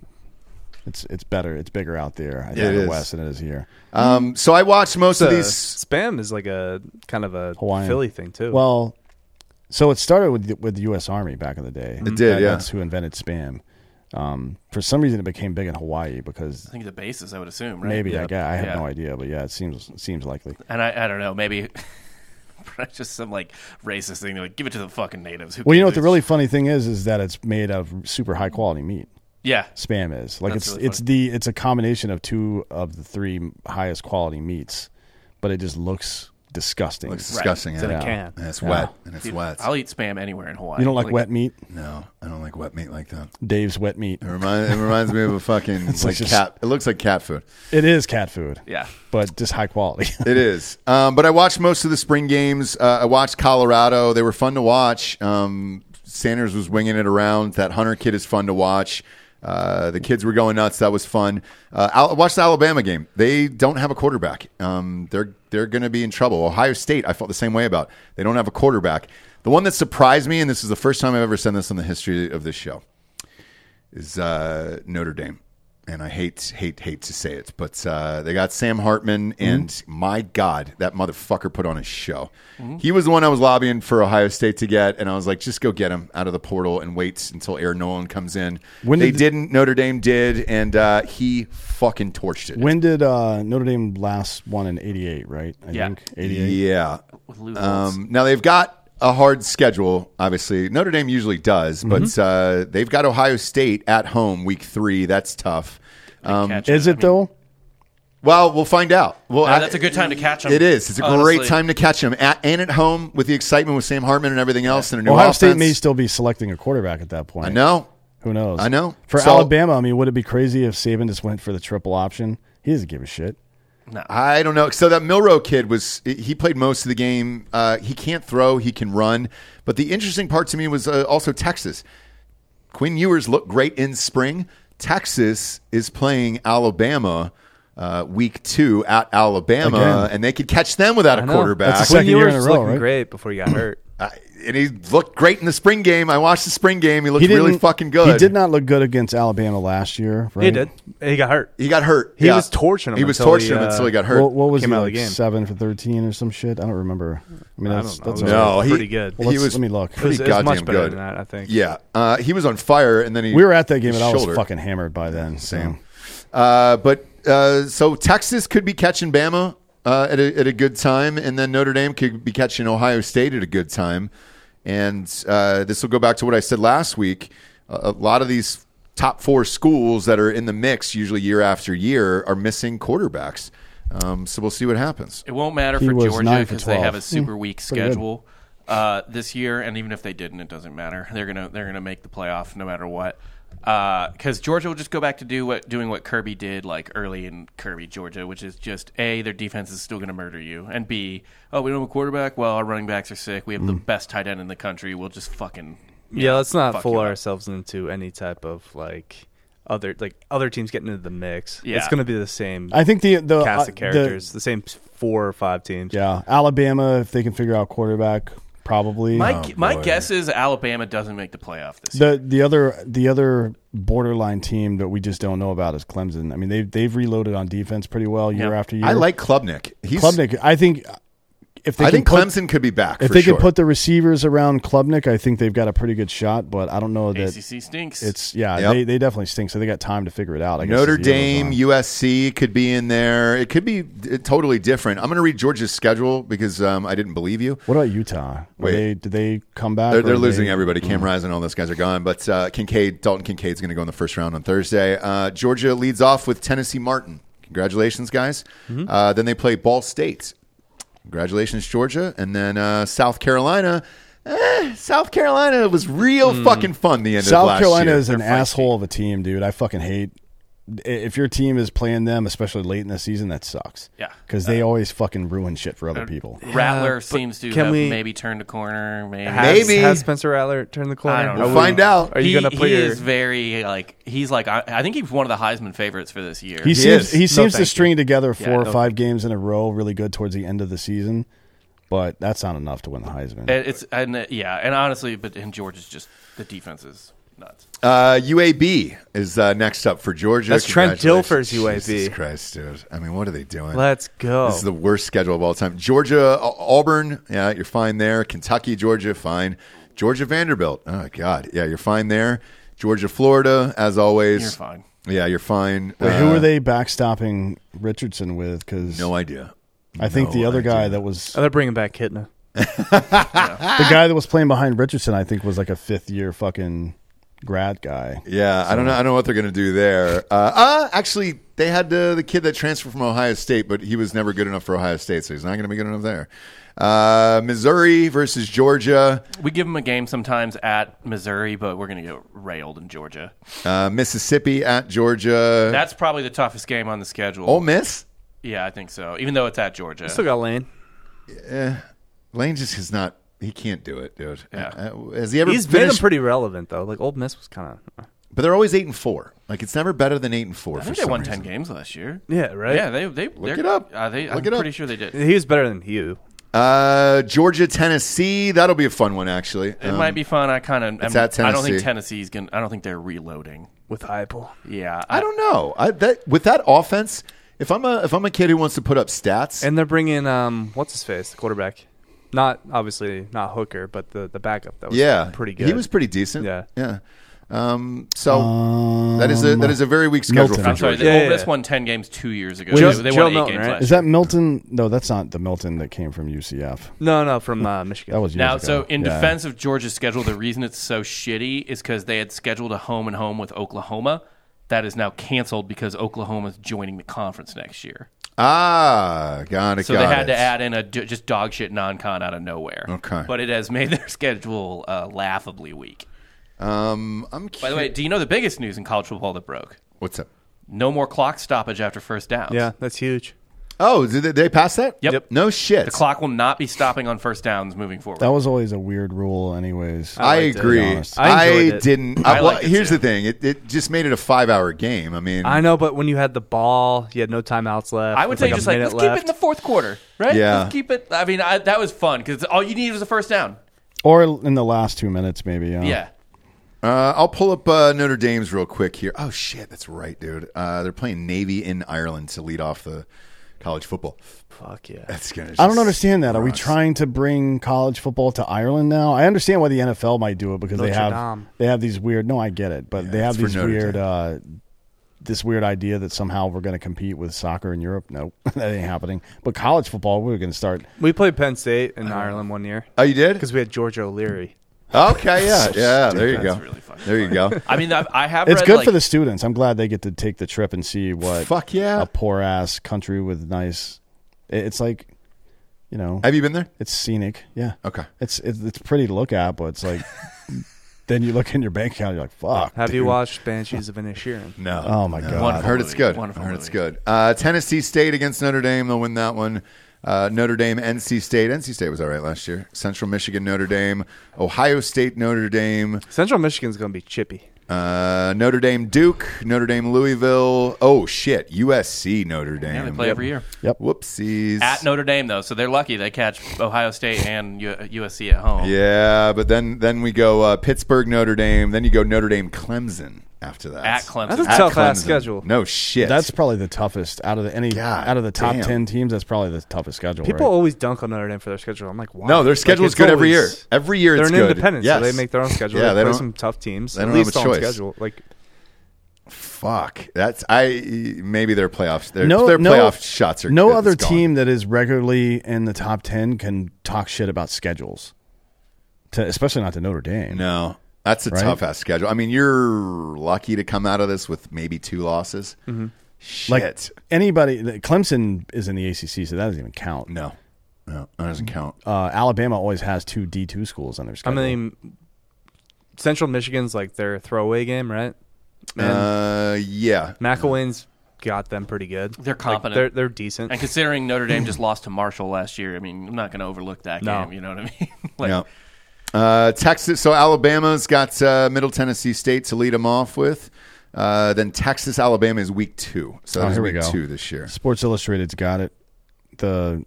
S5: it's it's better, it's bigger out there I think,
S2: Yeah, it
S5: in
S2: is.
S5: the West than it is here.
S2: Um, so I watched most
S3: Uh,
S2: of these.
S3: spam is like a kind of a
S5: Hawaiian
S3: Philly thing too.
S5: Well, So it started with with the U.S. Army back in the day.
S2: It did,
S5: That-
S2: yeah.
S5: That's who invented spam. Um, for some reason, it became big in Hawaii because
S4: I think the bases, I would assume, right?
S5: maybe I guess I have
S4: Yeah.
S5: no idea, but yeah, it seems it seems likely.
S4: And I, I don't know, maybe <laughs> just some like racist thing. Like, give it to the fucking natives. Who
S5: Well, you know what
S4: gives
S5: the
S4: a
S5: really
S4: sh-"
S5: funny thing is is that it's made of super high quality meat.
S4: yeah.
S5: Spam is like
S4: That's
S5: it's
S4: really
S5: it's the it's a combination of two of the three highest quality meats, but it just looks disgusting.
S2: It's disgusting.
S3: It's in
S2: yeah.
S3: a can.
S2: And it's wet. And it's
S4: Dude,
S2: wet.
S4: I'll eat spam anywhere in Hawaii.
S5: You don't like, wet meat?
S2: no, I don't like wet meat like that.
S5: Dave's wet meat.
S2: It, remind, it reminds me of a fucking like
S5: like just-
S2: cat. It looks like cat food.
S5: It is cat food.
S4: Yeah.
S5: But just high quality. <laughs>
S2: It is. Um, but I watched most of the spring games. Uh, I watched Colorado. They were fun to watch. Um, Sanders was winging it around. That Hunter kid is fun to watch. Uh, the kids were going nuts. That was fun. Uh, Al- I watched the Alabama game. They don't have a quarterback. Um, they're they're going to be in trouble. Ohio State, I felt the same way about. They don't have a quarterback. The one that surprised me, and this is the first time I've ever said this in the history of this show is uh, Notre Dame, and I hate hate hate to say it, but uh, they got Sam Hartman,
S5: Mm-hmm.
S2: and my God, that motherfucker put on a show.
S5: Mm-hmm.
S2: He was the one I was lobbying for Ohio State to get, and I was like, just go get him out of the portal and wait until Aaron Nolan comes in.
S5: When
S2: they
S5: did-
S2: didn't, Notre Dame did, and uh, he fucking torched it.
S5: when did uh, Notre Dame last won in '88? Right? I
S4: Yeah.
S5: think '88.
S2: yeah,
S4: With Lou Holtz.
S2: Um, now they've got a hard schedule. Obviously, Notre Dame usually does, but
S5: Mm-hmm.
S2: uh, they've got Ohio State at home week three. That's tough. Um,
S4: Catch
S5: Is
S4: I
S5: it
S4: mean,
S5: though?
S2: well, we'll find out. Well,
S4: no,
S2: I-
S4: that's a good time to catch them.
S2: It is. It's a great time to catch him at, and at home with the excitement with Sam Hartman and everything else and a new
S5: Ohio
S2: offense.
S5: State may still be selecting a quarterback at that point.
S2: I know.
S5: Who knows?
S2: I know.
S5: For
S2: So-
S5: Alabama, I mean, would it be crazy if Saban just went for the triple option? He doesn't give a shit.
S2: I don't know. So that Milrow kid was he played most of the game. Uh, he can't throw. He can run. But the interesting part to me was uh, also Texas. Quinn Ewers looked great in spring. Texas is playing Alabama. Uh, week two at Alabama,
S5: Again.
S2: and they could catch them without a
S3: I know.
S2: quarterback.
S5: That's a
S3: Quinn
S5: Second year
S3: Ewers
S5: in a
S3: was
S5: row,
S3: looking
S5: right?
S3: great before he got
S5: <clears throat>
S3: hurt.
S2: Uh, and he looked great in the spring game. I watched the spring game. He looked
S5: He didn't
S2: really fucking good.
S5: He did not look good against Alabama last year. Right?
S3: He did. He got hurt.
S2: He got hurt.
S3: He was torching him
S2: He was
S3: until
S2: torching
S3: he,
S2: him
S3: uh,
S2: until he got hurt.
S5: What, what was
S3: Came
S5: he,
S3: out of
S5: like,
S3: the game.
S5: seven for thirteen or some shit? I don't remember. I mean,
S3: I
S5: that's,
S3: don't know.
S5: that's
S3: It was
S5: all right.
S2: no, he,
S3: pretty good.
S5: Well,
S2: he
S5: let's-
S2: was.
S5: let me look. It
S3: It
S2: Pretty
S3: was, it was much
S2: goddamn
S3: better
S2: good.
S3: than that, I think.
S2: Yeah, uh, he was on fire, and then he.
S5: We were at that game, and I
S2: shoulder.
S5: was fucking hammered by then. Sam.
S2: Uh, but uh, so Texas could be catching Bama uh, at a, at a good time, and then Notre Dame could be catching Ohio State at a good time. And uh, this will go back to what I said last week. A, a lot of these top four schools that are in the mix, usually year after year, are missing quarterbacks. Um, so we'll see what happens.
S4: It won't matter
S5: He
S4: for
S5: was
S4: Georgia
S5: nine for
S4: because they have
S5: 12.
S4: a super weak
S5: pretty good.
S4: schedule uh, this year, and even if they didn't, it doesn't matter. They're gonna they're gonna make the playoff no matter what. Because Georgia will just go back to do what doing what Kirby did like early in Kirby Georgia, which is just a their defense is still going to murder you, and b oh we don't have a quarterback. Well, our running backs are sick. We have
S5: Mm.
S4: the best tight end in the country. We'll just fucking
S3: Yeah, let's not
S4: fuck
S3: fool
S4: you up.
S3: ourselves into any type of like other like other teams getting into the mix.
S4: Yeah.
S3: It's going to be the same
S5: I think the the
S3: cast
S5: uh,
S3: of
S5: the-
S3: characters, the, same four or five teams.
S5: yeah, Alabama if they can figure out quarterback, probably.
S4: My my guess is Alabama doesn't make the playoff this year.
S5: The the other the other borderline team that we just don't know about is Clemson. I mean they've they've reloaded on defense pretty well year
S4: Yeah.
S5: after year.
S2: I like Klubnik. He's,
S5: Klubnik. I think if they
S2: I
S5: can
S2: think
S5: put,
S2: Clemson could be back.
S5: if
S2: for
S5: they
S2: sure.
S5: can put the receivers around Klubnik, I think they've got a pretty good shot. But I don't know that
S4: ACC stinks.
S5: it's yeah
S2: Yep.
S5: they, they definitely stink. So they got time to figure it out. I guess,
S2: Notre
S5: as the year
S2: Dame,
S5: goes on.
S2: USC could be in there. It could be d- totally different. I'm going to read Georgia's schedule because um, I didn't believe you.
S5: What about Utah?
S2: Wait.
S5: Wait, they, did they come back?
S2: They're,
S5: or
S2: they're losing
S5: they-
S2: everybody. Cam Rising, all those guys are gone. But uh, Kincaid, Dalton Kincaid's going to go in the first round on Thursday. Uh, Georgia leads off with Tennessee Martin. Congratulations, guys.
S5: Mm-hmm.
S2: Uh, then they play Ball State. Congratulations, Georgia. And then uh, South Carolina. Eh, South Carolina was real fucking fun the end of
S5: Hmm. South
S2: last
S5: Carolina
S2: year.
S5: is an asshole of a team, dude. I fucking hate. i- If your team is playing them, especially late in the season, that sucks.
S4: Yeah.
S5: because they always fucking ruin shit for other people.
S4: Rattler
S3: but
S4: seems to
S3: can
S4: have
S3: we-
S4: maybe turned a corner. Maybe
S3: Has,
S2: Maybe.
S3: has Spencer Rattler turned the corner?
S4: I don't know.
S2: We'll find out.
S3: Are you
S4: He-
S3: going to put
S4: He
S3: your?
S4: is very like he's like I, I think he's one of the Heisman favorites for this year.
S5: He, seems
S2: is.
S5: he
S2: No,
S5: seems
S3: thank you.
S5: to string together four
S4: Yeah,
S5: or
S4: no,
S5: five games in a row, really good towards the end of the season, but that's not enough to win the Heisman.
S4: And it's and uh, yeah, and honestly, but in Georgia's just the defense is nuts.
S2: Uh, UAB is uh, next up for Georgia.
S3: That's Trent
S2: Congratulations.
S3: Dilfer's UAB.
S2: Jesus Christ, dude. I mean, what are they doing?
S3: Let's go.
S2: This is the worst schedule of all time. Georgia, Au- Auburn, yeah, you're fine there. Kentucky, Georgia, fine. Georgia, Vanderbilt. Oh, God. Yeah, you're fine there. Georgia, Florida, as always.
S4: You're fine.
S2: Yeah, you're fine.
S5: Wait, who
S2: Uh,
S5: are they backstopping Richardson with? Because
S2: No idea.
S5: I think the
S2: no
S5: other guy
S2: idea.
S5: that was
S3: oh, they're bringing back Kitna.
S5: the
S2: Uh,
S5: guy that was playing behind Richardson, I think was like a fifth year fucking grad guy.
S2: Yeah, I don't know. I don't know what they're going to do there. Uh, uh actually, they had uh, the kid that transferred from Ohio State, but he was never good enough for Ohio State, so he's not going to be good enough there. Uh, Missouri versus Georgia,
S4: We give them a game sometimes at Missouri, but we're going to get railed in Georgia.
S2: uh, Mississippi at Georgia.
S4: That's probably the toughest game on the schedule.
S2: Ole Miss.
S4: Yeah, I think so. Even though it's at Georgia,
S3: Still got Lane.
S2: Lane just has not. He can't do it, dude.
S4: Yeah.
S2: Uh, has he ever
S3: He's made them
S2: finished?
S3: pretty relevant though. Like Old Miss was kind of
S2: but they're always eight and four. Like it's never better than eight and four.
S4: I think
S2: for
S4: they
S2: some
S4: won
S2: reason.
S4: ten games last year.
S3: yeah, right.
S4: Yeah, they they
S2: Look it up.
S4: Uh, they,
S2: Look
S4: I'm
S2: it up.
S4: pretty sure they did. It
S3: He was better than Hugh.
S2: Uh, Georgia, Tennessee. That'll be a fun one, actually. Um,
S4: might be fun. I kind of.
S2: at
S4: I don't
S2: Tennessee.
S4: think Tennessee's gonna. I don't think they're reloading.
S3: with Heupel.
S4: Yeah,
S2: I don't know. I that with that offense, if I'm a if I'm a kid who wants to put up stats,
S3: And they're bringing um, what's his face, the quarterback. Not obviously not Hooker, but the the backup that was
S2: yeah,
S3: pretty good.
S2: He was pretty decent.
S3: Yeah.
S2: yeah. Um, so that is a that is a very weak schedule
S5: Milton.
S2: for
S4: I'm sorry.
S2: Georgia.
S4: They,
S3: Yeah,
S4: Ole
S3: yeah,
S4: Miss
S3: yeah.
S4: won ten games two years ago.
S3: Wait,
S4: They-
S3: is
S4: they
S3: Joe
S4: won eight
S3: Milton,
S4: games
S3: right?
S4: last
S5: Is
S4: year.
S5: that Milton? No, that's not the Milton that came from UCF.
S3: no, no, from uh, Michigan.
S5: That was years
S4: Now,
S5: ago.
S4: so in
S5: Yeah.
S4: defense of Georgia's schedule, the reason it's so shitty is because they had scheduled a home and home with Oklahoma. That is now canceled because Oklahoma's joining the conference next year.
S2: Ah, got it.
S4: So
S2: got
S4: they had
S2: it.
S4: to add in a d- just dog shit non con out of nowhere.
S2: Okay.
S4: But it has made <laughs> their schedule uh, laughably weak.
S2: Um, I'm.
S4: By the way, do you know the biggest news in college football that broke?
S2: what's up?
S4: No more clock stoppage after first downs.
S3: yeah, that's huge.
S2: Oh, did they- they pass that?
S4: Yep. Yep.
S2: No shit.
S4: The clock will not be stopping on first downs moving forward.
S5: that was always a weird rule, anyways.
S2: I,
S3: liked it, to be
S2: agree.
S5: honest.
S2: I,
S3: I enjoyed it.
S2: didn't.
S4: I
S2: I-
S4: liked it
S2: here's
S4: too.
S2: the thing. It, it just made it a five hour game. I mean,
S3: I know, but when you had the ball, you had no timeouts left.
S4: I would
S3: with
S4: say
S3: a
S4: just like
S3: minute
S4: let's keep it in
S3: left.
S4: the fourth quarter, right?
S2: Yeah.
S4: Let's keep it. I mean, I, that was fun because all you needed was a first down.
S5: or in the last two minutes, maybe. Yeah.
S4: Yeah.
S2: Uh, I'll pull up uh, Notre Dame's real quick here. Oh shit, that's right, dude. Uh, they're playing Navy in Ireland to lead off the college football. <laughs>
S3: Fuck yeah.
S2: That's gonna.
S5: I don't
S2: just-
S5: understand that. Are we
S2: Gross.
S5: trying to bring college football to Ireland now? I understand why the NFL might do it because they
S3: Notre
S5: have
S3: Dame.
S5: they have these weird. No, I get it, but they
S2: it's
S5: have
S2: for
S5: these
S2: Notre
S5: weird
S2: Dame.
S5: uh, this weird idea that somehow we're going to compete with soccer in Europe. No, <laughs> that ain't happening. But college football, we're going to start.
S3: <laughs> We played Penn State in Ireland one year
S2: Oh, you did?
S3: because we had George O'Leary.
S2: Okay,
S5: <laughs>
S2: yeah, yeah. There you go.
S4: That's really fucking
S2: there you go.
S4: I mean, I've, I have.
S5: It's
S4: read,
S5: good
S4: like,
S5: for the students. I'm glad they get to take the trip and see what
S2: Fuck yeah.
S5: a poor ass country with nice. it- It's like, you know,
S2: Have you been there?
S5: it's scenic. Yeah.
S2: Okay.
S5: It's it's, it's pretty to look at, but
S2: <laughs>
S5: it's like then you look in your bank account, you're like, fuck.
S3: Have you
S5: dude.
S3: watched Banshees of Inisherin?
S2: No.
S5: Oh my
S2: No.
S5: God.
S2: I heard it's good.
S4: Wonderful
S2: I heard
S4: movie.
S2: it's good. Uh, Tennessee State against Notre Dame. They'll win that one. Uh, Notre Dame, NC State. NC State was all right last year. Central Michigan, Notre Dame. Ohio State, Notre Dame.
S3: Central Michigan's going to be chippy.
S2: Uh, Notre Dame, Duke. Notre Dame, Louisville. Oh shit, USC, Notre Dame.
S4: Yeah, they play every year
S2: Whoopsies.
S4: at Notre Dame though, so they're lucky they catch Ohio State and U- USC at home.
S2: yeah, but then then we go uh, Pittsburgh, Notre Dame. Then you go Notre Dame, Clemson. After that,
S4: At Clemson.
S3: That's a
S2: At
S3: tough ass
S2: Clemson.
S3: schedule.
S2: No shit.
S5: That's probably the toughest out of the, any
S2: God
S5: out of the top
S2: damn.
S5: ten teams. That's probably the toughest schedule.
S3: People
S5: right?
S3: always dunk on Notre Dame for their schedule. I'm like, why?
S2: No, their
S3: Like,
S2: schedule's
S3: it's
S2: good every year.
S3: always-
S2: Every year
S3: they're
S2: it's
S3: an
S2: good.
S3: independent,
S2: Yes.
S3: so they make their own schedule.
S2: Yeah,
S3: they,
S2: they
S3: play
S2: don't-
S3: some tough teams.
S2: they don't
S3: At least
S2: have a
S3: on
S2: choice.
S3: schedule. Like
S2: Fuck. That's I. Maybe their playoffs. Their,
S5: no,
S2: their
S5: no-
S2: playoff shots are.
S5: no
S2: it's
S5: other
S2: gone.
S5: team that is regularly in the top ten can talk shit about schedules, to, especially not to Notre Dame.
S2: No, that's a
S5: Right?
S2: tough ass schedule. I mean, you're lucky to come out of this with maybe two losses.
S3: Mm-hmm.
S2: Shit.
S5: like anybody. Clemson is in the ACC, so that doesn't even count.
S2: no, no, that doesn't count.
S5: Uh, Alabama always has two D two schools on their
S3: I
S5: schedule.
S3: mean, Central Michigan's like their throwaway game, right? Man,
S2: Uh, yeah.
S3: McElwain's got them pretty good.
S4: They're
S3: Like,
S4: competent.
S3: they're they're decent.
S4: And considering Notre Dame just lost to Marshall last year, I mean, I'm not going to overlook that
S3: No.
S4: game. You know what I mean? <laughs> like,
S2: No. Uh, Texas. So Alabama's got uh, Middle Tennessee State to lead them off with. Uh, then Texas, Alabama is week two. So
S5: Oh,
S2: that is
S5: here we
S2: week
S5: go.
S2: two this year.
S5: Sports Illustrated's got it. The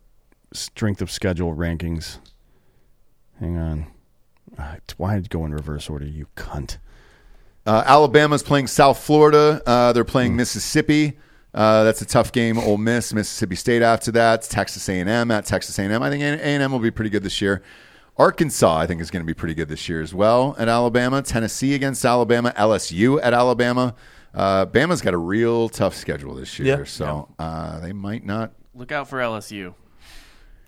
S5: strength of schedule rankings. Hang on. Uh, why go in reverse order, you cunt?
S2: Uh, Alabama's playing South Florida. Uh, they're
S3: Hmm.
S2: playing Mississippi. Uh, that's a tough game. Ole Miss, Mississippi State. After that, Texas A&M at Texas A&M. I think A&M will be pretty good this year. Arkansas, I think, is going to be pretty good this year as well. At Alabama, Tennessee against Alabama, LSU at Alabama. Uh, Bama's got a real tough schedule this year,
S3: Yeah.
S2: so uh, they might not.
S4: Look out for LSU.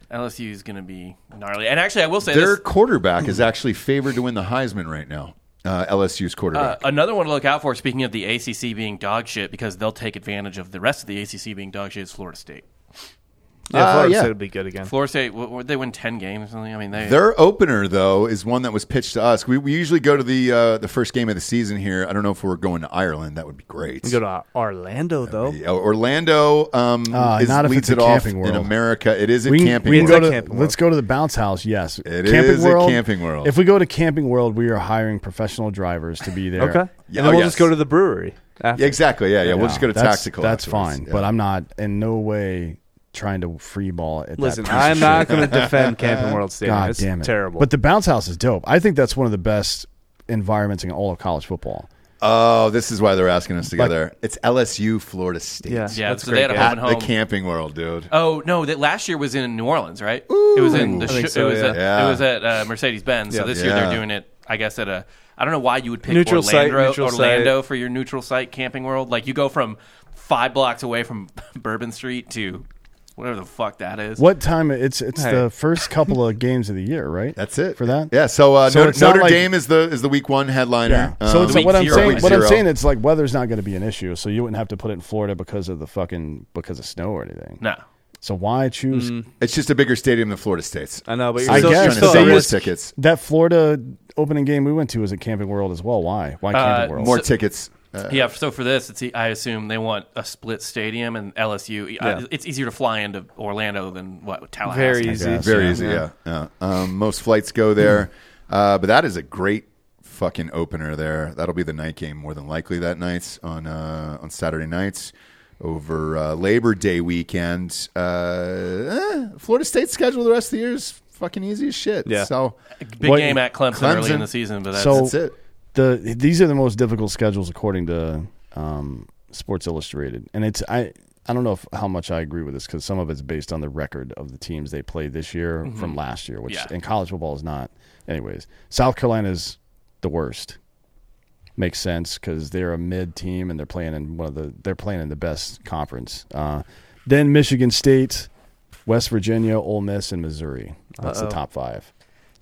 S4: LSU is going to be gnarly. And actually, I will say
S2: Their
S4: this,
S2: quarterback is actually favored to win the Heisman right now. Uh, LSU's
S4: uh,
S2: quarterback.
S4: another one to look out for. Speaking of the ACC being dog shit, because they'll take advantage of the rest of the ACC being dog shit. Is Florida State?
S3: Yeah, Florida
S2: Uh, yeah.
S3: State will be good again.
S4: Florida State, what, what, they win ten games or something. I mean, they
S2: Their opener, though, is one that was pitched to us. We, we usually go to the uh, the first game of the season here. I don't know if we're going to Ireland. That would be great.
S3: We go to Orlando though.
S2: Yeah, Orlando um,
S5: Uh,
S2: is,
S5: not if
S2: leads
S5: it's a
S2: it off
S5: Camping
S2: in
S5: World.
S2: America. It is a
S5: We can,
S2: camping.
S5: we can
S2: world.
S5: go to.
S3: Camping World.
S5: Let's go to the bounce house. Yes,
S2: It is a Camping World.
S5: If we go to Camping World, we are hiring professional drivers to be there.
S3: Okay.
S2: Yeah,
S3: and then
S2: oh,
S3: we'll
S2: yes.
S3: just go to the brewery. After.
S2: Yeah, exactly. Yeah, yeah. We'll just go to
S5: that's,
S2: tactical.
S5: That's
S2: afterwards.
S5: fine,
S2: Yeah.
S5: but I'm not in no way trying to free ball it at
S3: Listen,
S5: that. piece
S3: I'm
S5: of
S3: not
S5: shit.
S3: going to
S2: <laughs>
S3: defend Camping World Stadium.
S5: God
S3: it's
S5: damn it,
S3: terrible.
S5: But the bounce house is dope. I think that's one of the best environments in all of college football.
S2: Oh, this is why they're asking us to go there. It's LSU, Florida State.
S3: yeah,
S4: yeah.
S3: that's
S4: so
S3: great
S4: they had a
S3: game.
S4: home and
S2: At the
S4: home.
S2: camping world, dude.
S4: Oh no! That last year was in New Orleans, right? it was in the.
S3: I think
S4: sh-
S3: so,
S4: it was
S3: yeah.
S4: at,
S2: Yeah.
S4: it was at uh, Mercedes Benz.
S3: Yeah.
S4: So this year they're
S2: Yeah.
S4: doing it. I guess at a. I don't know why you would pick
S3: Neutral site,
S4: Orlando,
S3: neutral site.
S4: Orlando for your neutral site Camping World. Like you go from five blocks away from <laughs> Bourbon Street to whatever the fuck that is.
S5: What time? It's it's
S3: Hey.
S5: the first couple of games of the year, right?
S2: That's it
S5: for that.
S2: Yeah. So, uh,
S5: So
S2: Notre,
S5: it's not
S2: Notre
S5: like-
S2: Dame is the is the week one headliner.
S5: So
S2: Um,
S5: it's
S4: week
S5: what I'm
S4: zero,
S5: saying.
S2: week
S5: What I'm
S2: zero.
S5: saying, it's like weather's not going to be an issue, so you wouldn't have to put it in Florida because of the fucking because of snow or anything.
S4: No.
S5: So why choose?
S3: Mm-hmm.
S2: it's just a bigger stadium than Florida State's.
S3: I know, but you're
S5: I
S3: still,
S5: guess
S3: you're
S5: but
S3: still
S5: they
S3: at
S2: more
S5: just-
S3: risk.
S2: tickets,
S5: That Florida opening game we went to was at Camping World as well. Why? Why Camping World?
S2: more tickets. Uh,
S4: Yeah. So for this, it's. e, I assume they want a split stadium and LSU. uh,
S3: Yeah.
S4: it's easier to fly into Orlando than what Tallahassee.
S3: Very easy.
S5: guess.
S2: very
S5: Yeah.
S2: easy. Yeah. yeah. Um, most flights go there, uh, but that is a great fucking opener there. That'll be the night game more than likely that night on uh, on Saturday nights over uh, Labor Day weekend. Uh, eh, Florida State's schedule the rest of the year is fucking easy as shit.
S3: Yeah.
S2: So
S4: Big
S5: What-
S4: game at Clemson, early
S2: Clemson.
S4: in the season, but that's
S5: So-
S2: that's it.
S5: the these are the most difficult schedules according to um, Sports Illustrated, and it's I I don't know if, how much I agree with this because some of it's based on the record of the teams they played this year from last year, which
S4: Yeah.
S5: in college football is not. Anyways, South Carolina's the worst. Makes sense because they're a mid team and they're playing in one of the they're playing in the best conference. Uh, then Michigan State, West Virginia, Ole Miss, and Missouri. That's the top five.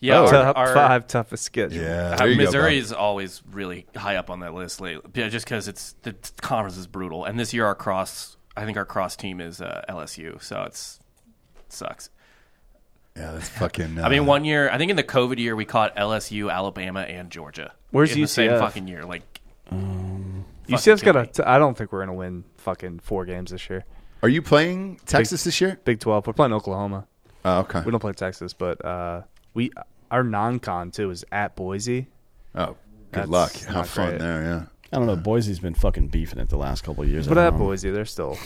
S4: yeah. our-
S3: Top
S4: our-
S3: five toughest schedule.
S2: Yeah,
S4: Uh,
S2: oh. there you go,
S4: Missouri
S2: Bob.
S4: is always really high up on that list lately, yeah, just because it's the t- conference is brutal. And this year, our cross, I think our cross team is uh, LSU, so it's it sucks.
S2: Yeah, that's fucking. Uh,
S4: I mean, one year, I think in the COVID year, we caught LSU, Alabama, and Georgia.
S3: Where's
S4: in the same
S3: UCF?
S4: fucking year? Like
S3: UCF's
S4: fucking
S3: got a. T- I don't think we're gonna win fucking four games this year.
S2: Are you playing Texas this year?
S3: Big Twelve. We're playing Oklahoma.
S2: Oh, okay.
S3: We don't play Texas, but uh, we our non-con too is at Boise.
S2: Oh, good
S3: That's
S2: luck. Have
S3: not
S2: fun
S3: great.
S2: there. Yeah.
S5: I don't know. Boise's been fucking beefing it the last couple of years.
S3: But
S5: I
S3: at
S5: don't know.
S3: Boise, they're still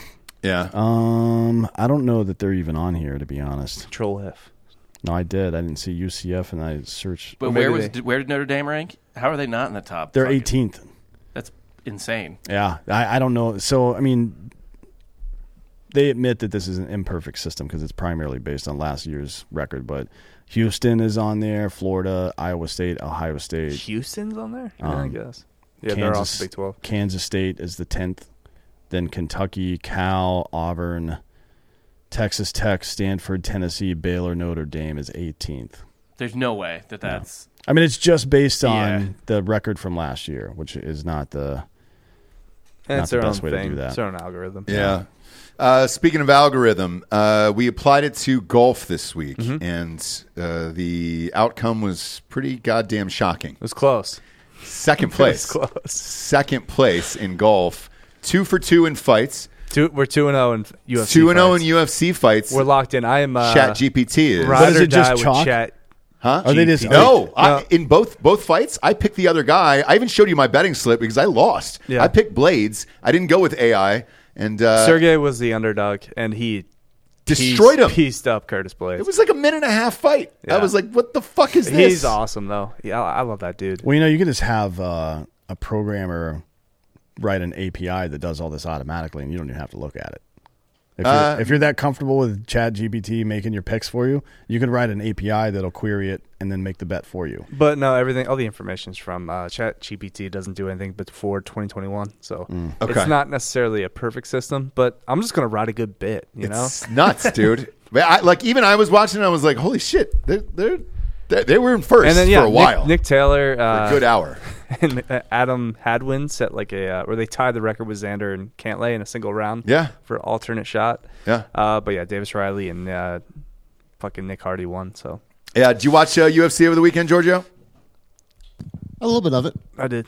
S2: Yeah.
S5: Um, I don't know that they're even on here to be honest.
S3: troll F.
S5: No, I did. I didn't see UCF, and I searched.
S4: But
S3: Well,
S4: where
S3: maybe
S4: was
S3: they-
S4: did- where did Notre Dame rank? How are they not in the top?
S5: They're
S4: Fucking-
S5: 18th.
S4: That's insane.
S5: Yeah, I, I don't know. So I mean, they admit that this is an imperfect system because it's primarily based on last year's record. But Houston is on there, Florida, Iowa State, Ohio State,
S3: Houston's on there. Yeah, I
S5: Um,
S3: guess. Yeah, they're off
S5: Kansas,
S3: the Big Twelve.
S5: Kansas State is the 10th. Then Kentucky, Cal, Auburn, Texas Tech, Stanford, Tennessee, Baylor, Notre Dame is 18th.
S4: There's no way that that's
S5: I mean, it's just based on
S4: Yeah.
S5: the record from last year, which is not the.
S3: And it's
S5: the
S3: their own
S5: best way to do
S3: thing.
S5: that.
S3: It's their own algorithm.
S2: Yeah. Uh, speaking of algorithm, uh, we applied it to golf this week,
S3: Mm-hmm.
S2: and uh, the outcome was pretty goddamn shocking.
S3: It was close. <laughs>
S2: Second
S3: It was
S2: place,
S3: close.
S2: second place in golf, two for two in fights,
S3: Two, we're two and zero in UFC.
S2: two
S5: oh
S2: and zero in
S3: fights.
S2: UFC fights.
S3: We're locked in. I am uh,
S2: Chat GPT is
S3: Ride
S5: is
S3: or
S5: it just
S3: die with
S5: chalk?
S3: Chat.
S2: huh?
S5: Are they just-
S3: GPT.
S2: no, I,
S3: No.
S2: in both both fights, I picked the other guy. I even showed you my betting slip because I lost.
S3: Yeah.
S2: I picked Blades. I didn't go with AI, and uh,
S3: Sergey was the underdog, and he pieced-
S2: destroyed him.
S3: Pieced up Curtis Blades.
S2: It was like a minute and a half fight. I
S3: Yeah.
S2: was like, "What the fuck is this?"
S3: He's awesome though. Yeah, I I love that dude.
S5: Well, you know, you could just have uh, a programmer write an API that does all this automatically, and you don't even have to look at it. If you're, if you're that comfortable with Chat GPT making your picks for you, you can write an API that'll query it and then make the bet for you.
S3: But no, everything, all the information's from uh, Chat GPT. Doesn't do anything before 2021, so
S2: Okay.
S3: it's not necessarily a perfect system. But I'm just gonna write a good bit, you know.
S2: It's nuts, dude. <laughs> But I, like even I was watching, I was like, holy shit, they're, they're, they they were in first
S3: And then yeah,
S2: for a while,
S3: Nick, Nick Taylor,
S2: For a
S3: uh, <laughs>
S2: good hour.
S3: and uh, Adam Hadwin set like a uh, where they tied the record with Xander and Cantlay in a single round.
S2: Yeah.
S3: for alternate shot.
S2: Yeah.
S3: uh, but yeah, Davis Riley and uh, fucking Nick Hardy won. So
S2: Yeah, did you watch uh, UFC over the weekend, Giorgio?
S6: A little bit of it.
S3: I did.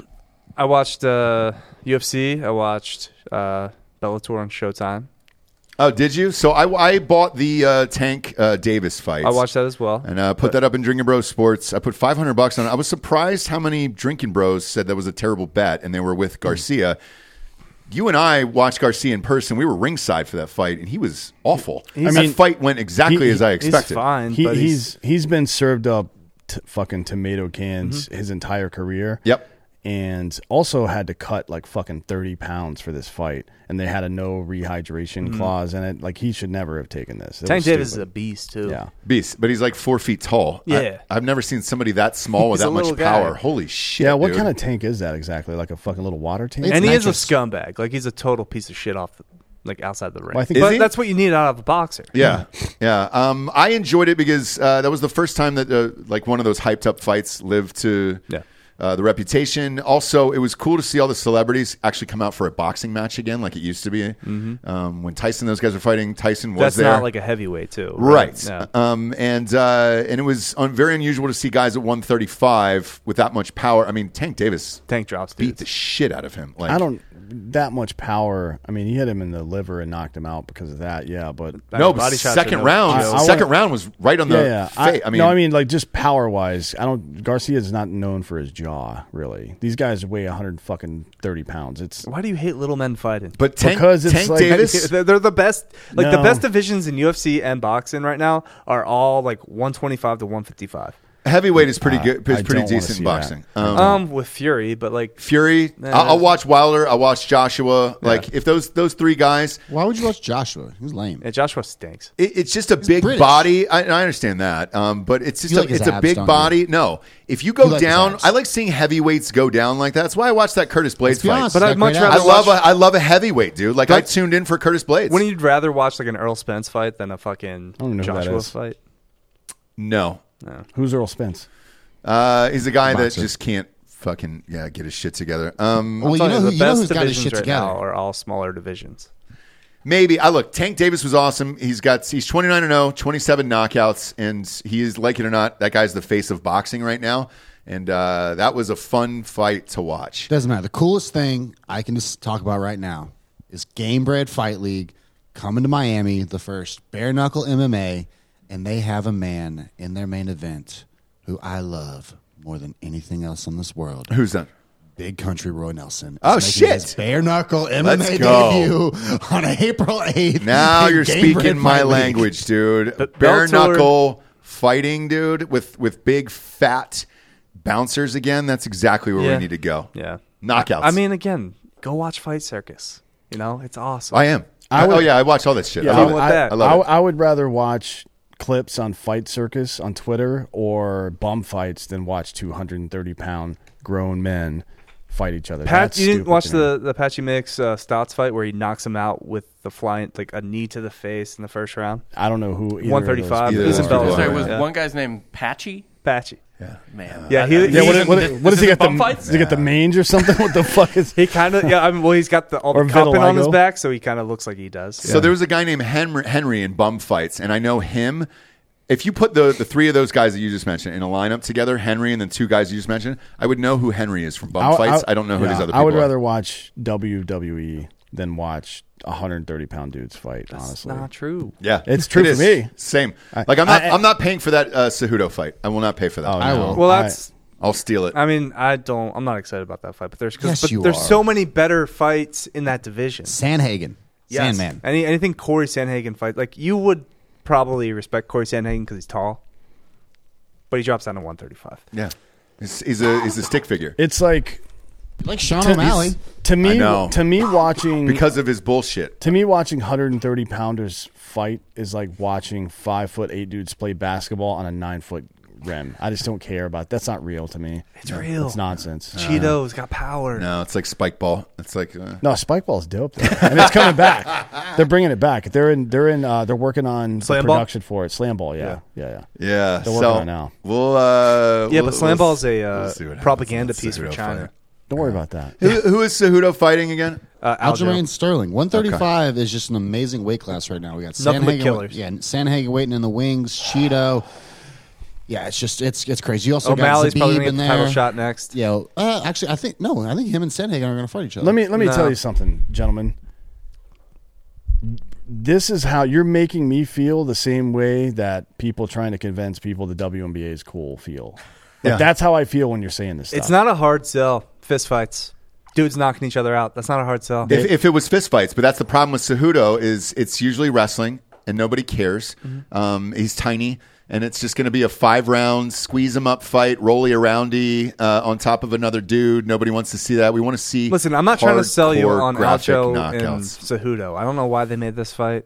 S3: I watched uh, UFC. I watched uh, Bellator on Showtime.
S2: Oh, did you? So I, I bought the uh, Tank uh, Davis fight.
S3: I watched that as well.
S2: and uh, put that up in Drinking Bros Sports. I put 500 bucks on it. I was surprised how many Drinking Bros said that was a terrible bet, and they were
S3: Hmm.
S2: with Garcia. You and I watched Garcia in person. We were ringside for that fight, and he was awful. I mean,
S5: mean,
S2: that fight went exactly
S5: he-
S2: as I
S5: he's
S3: he's
S2: expected.
S3: fine.
S5: He,
S3: but
S5: he's he's been served up t- fucking tomato cans his entire career.
S2: Yep.
S5: And also had to cut like fucking thirty pounds for this fight, and they had a no rehydration clause in it. Like he should never have taken this. It
S3: Tank
S5: was
S3: Davis is a
S5: stupid.
S3: beast too.
S5: yeah.
S2: Beast, but he's like four feet tall.
S3: Yeah.
S2: I, have never seen somebody that small with
S3: <laughs> He's a
S2: that much
S3: little guy.
S2: power. Holy shit!
S5: Yeah, what
S2: dude.
S5: kind of tank is that exactly? Like a fucking little water tank?
S6: It's
S3: and he
S6: nitrous.
S3: is a scumbag. Like he's a total piece of shit off, the, like outside the ring.
S5: Well, I think-
S2: Is
S3: but
S2: he?
S3: that's what you need out of a boxer.
S2: Yeah, yeah. Um, I enjoyed it because uh, that was the first time that uh, like one of those hyped up fights lived to
S3: Yeah.
S2: uh, the reputation. Also, it was cool to see all the celebrities actually come out for a boxing match again, like it used to be. Um, when Tyson, those guys were fighting, Tyson was
S3: Mm-hmm. that's
S2: there.
S3: not like a heavyweight too.
S2: Right,
S3: Yeah.
S2: um, and uh, and it was un- very unusual to see guys at 135 with that much power. I mean, Tank Davis
S3: Tank drops
S2: beat
S3: dudes.
S2: the shit out of him. Like,
S5: I don't that much power. I mean, he hit him in the liver and knocked him out because of that. Yeah, but
S3: That
S2: no.
S3: body
S2: But
S3: shots
S2: second
S3: are no
S2: round,
S5: joke. I- I
S2: second
S5: wanna-
S2: round was right on the.
S5: yeah, yeah.
S2: Face. I, mean,
S5: no, I mean like just power wise. I don't. Garcia is not known for his jaw really. These guys weigh 100 fucking 30 pounds. It's
S3: Why do you hate little men fighting?
S2: but Tank,
S5: Because it's
S2: Tank
S5: like-
S2: Davis.
S3: <laughs> they're, they're the best. Like the
S5: No.
S3: best divisions in UFC and boxing right now are all like 125 to 155.
S2: Heavyweight is pretty
S5: Uh,
S2: good.
S5: I
S2: Is
S5: don't
S2: pretty
S5: wanna
S2: decent in
S5: see
S2: boxing.
S5: that.
S2: Um,
S3: Um, with Fury, but like
S2: Fury. I- I'll, watch Wilder. I'll watch Joshua. Like if those those three guys,
S6: Why would you watch Joshua? He's lame.
S3: yeah, Joshua stinks.
S2: it, it's just a big
S6: British.
S2: body. I, I understand that, um, but it's just
S6: You
S2: a,
S6: like his
S2: it's a
S6: abs,
S2: big
S6: don't you?
S2: body. No, if you go
S6: You like his
S2: down,
S6: abs.
S2: I like seeing heavyweights go down like that. That's why I watched that Curtis Blades
S6: Let's be
S2: fight.
S6: honest,
S3: But
S6: he's got
S3: I'd much
S6: great
S3: rather
S2: I
S6: abs.
S2: love
S3: watch-
S2: a, I love a heavyweight dude. Like I tuned in for Curtis Blades.
S3: When you'd rather watch like an Earl Spence fight than a fucking
S5: don't know who that
S3: Joshua
S5: is.
S3: fight?
S2: no,
S5: who's Earl Spence?
S2: uh, he's a guy that
S6: Boxer.
S2: just can't fucking yeah get his shit together. Um,
S6: Well, you know,
S3: Sorry,
S6: who,
S3: the
S6: you know
S3: best
S6: who's got his
S3: divisions
S6: shit
S3: right
S6: together.
S3: now are all smaller divisions.
S2: Maybe I look. Tank Davis was awesome. He's got he's 29 and 0, 27 knockouts, and he is like it or not, that guy's the face of boxing right now. And uh, that was a fun fight to watch.
S6: Doesn't matter. The coolest thing I can just talk about right now is Game Bread Fight League coming to Miami, the first bare knuckle MMA, and they have a man in their main event who I love more than anything else in this world.
S2: Who's
S3: <laughs>
S2: that?
S6: Big Country Roy Nelson. is
S2: Oh,
S6: making
S2: shit.
S6: his Bare knuckle
S2: Let's
S6: MMA
S2: go.
S6: debut on April eighth.
S2: Now
S6: in
S2: you're
S6: <laughs> Game
S2: speaking
S6: Bread
S2: my
S6: Fight League.
S2: language, dude.
S3: But
S2: Bare
S3: Bellator-
S2: knuckle fighting, dude, with with big fat bouncers again. That's exactly where
S3: Yeah.
S2: we need to go.
S3: Yeah,
S2: knockouts.
S3: I mean, again, go watch Fight Circus. You know, it's awesome.
S2: I am.
S5: I would-
S2: oh yeah, I watch all that shit.
S3: Yeah,
S2: I love
S3: I
S2: it.
S3: want that.
S2: I love it.
S5: I, would rather watch clips on Fight Circus on Twitter or bum fights than watch 230 pound grown men fight each other.
S3: Pat,
S5: That's
S3: you didn't
S5: stupid
S3: watch
S5: to me.
S3: the, the Apache Mix uh, Stotts fight where he knocks him out with the flying like a knee to the face in the first round.
S5: I don't know who. either of those
S3: 135.
S2: Either
S5: people
S2: of
S3: He's in
S2: those people
S3: Bellator.
S2: are.
S4: There was
S3: Oh, yeah.
S4: one guy's named Patchy.
S3: Apache.
S4: Man,
S3: Yeah, he-
S5: Yeah,
S3: He's
S5: what, is- what, is- what does he
S4: got?
S5: got? The, does he got the mange or something? <laughs> What the fuck is?
S3: He kind of yeah. I mean, well, he's got the all
S5: Or
S3: the cupping on his
S5: vitiligo.
S3: back, so he kind of looks like he does.
S2: So there was a guy named Henry, Henry in bum fights, and I know him. If you put the, the three of those guys that you just mentioned in a lineup together, Henry and the two guys you just mentioned, I would know who Henry is from bum fights. I, don't know who
S5: yeah,
S2: these other people
S5: I would
S2: are.
S5: rather watch WWE than watch 130 pound dudes fight.
S3: That's
S5: honestly,
S3: not true.
S2: Yeah,
S5: It's true
S2: It
S5: for
S2: is.
S5: me.
S2: Same.
S5: I-
S2: like I'm not I,
S5: I-
S2: am not paying for that uh, Cejudo fight. I will not pay for that.
S5: Oh,
S6: I
S5: no.
S6: will.
S3: Well, that's.
S2: I'll steal it.
S3: I mean, I don't. I'm not excited about that fight, but there's 'cause-
S6: Yes,
S3: but
S6: you
S3: there's
S6: are.
S3: so many better fights in that division.
S6: Sanhagen.
S3: Yes.
S6: Sandman.
S3: Any anything Corey Sanhagen fight like you would probably respect Corey Sanhagen because he's tall, but he drops down to 135.
S2: Uh-huh. yeah, he's, he's a he's a stick figure.
S5: It's like
S6: Like Sean
S5: To-
S6: O'Malley.
S5: To
S2: I
S5: me,
S2: know.
S5: to me watching
S2: because of his bullshit.
S5: to me watching 130 pounders fight is like watching five foot eight dudes play basketball on a nine foot rim. I just don't care about. That's not real to me.
S3: It's real. Uh-huh.
S5: It's nonsense.
S3: Cheetos got power.
S2: No, it's like spike ball. It's like uh,
S5: No, Spikeball's dope. Though. I mean, it's coming back. They're bringing it back. They're in. They're in. Uh, they're working on the
S3: Slam ball?
S5: production for it. Slam ball. Yeah. Yeah. Yeah.
S2: yeah.
S5: They're working
S2: so
S5: on it now.
S2: we'll uh,
S3: Yeah,
S2: we'll-
S3: but slam
S2: we'll-
S3: ball's a uh,
S2: we'll see what happens.
S3: propaganda
S2: That's
S3: piece
S2: a
S3: for
S2: real
S3: China.
S5: Don't worry about that.
S2: fighter. Who, who is Cejudo fighting again?
S3: Uh,
S6: Aljamain
S3: Aljo.
S6: Sterling, 135 is just an amazing weight class right now. We got
S3: Nothing but
S6: Sanhagen,
S3: killers.
S6: yeah, Sanhagen waiting in the wings, Cheeto. Yeah, it's just it's it's crazy. You also
S3: O'Malley's
S6: got
S3: probably going
S6: Zabib
S3: to
S6: in
S3: get the
S6: there.
S3: title shot next.
S6: Yeah, uh, actually, I think no, I think him and Sanhagen are going to fight each other.
S5: Let me let me
S3: No.
S5: tell you something, gentlemen. This is how you're making me feel the same way that people trying to convince people the WNBA is cool feel. Like,
S2: Yeah.
S5: That's how I feel when you're saying this. Stuff.
S3: It's not a hard sell. Fist fights. Dudes knocking each other out. That's not a hard sell.
S2: If, if it was fist fights, but that's the problem with Cejudo is it's usually wrestling and nobody cares.
S3: Mm-hmm.
S2: Um, he's tiny and it's just going to be a five round squeeze him up fight, rolly aroundy uh, on top of another dude. Nobody wants to see that. We want to see.
S3: Listen, I'm not trying to sell you
S2: hardcore
S3: on
S2: graphic
S3: Aljo and
S2: knockouts.
S3: Cejudo. I don't know why they made this fight.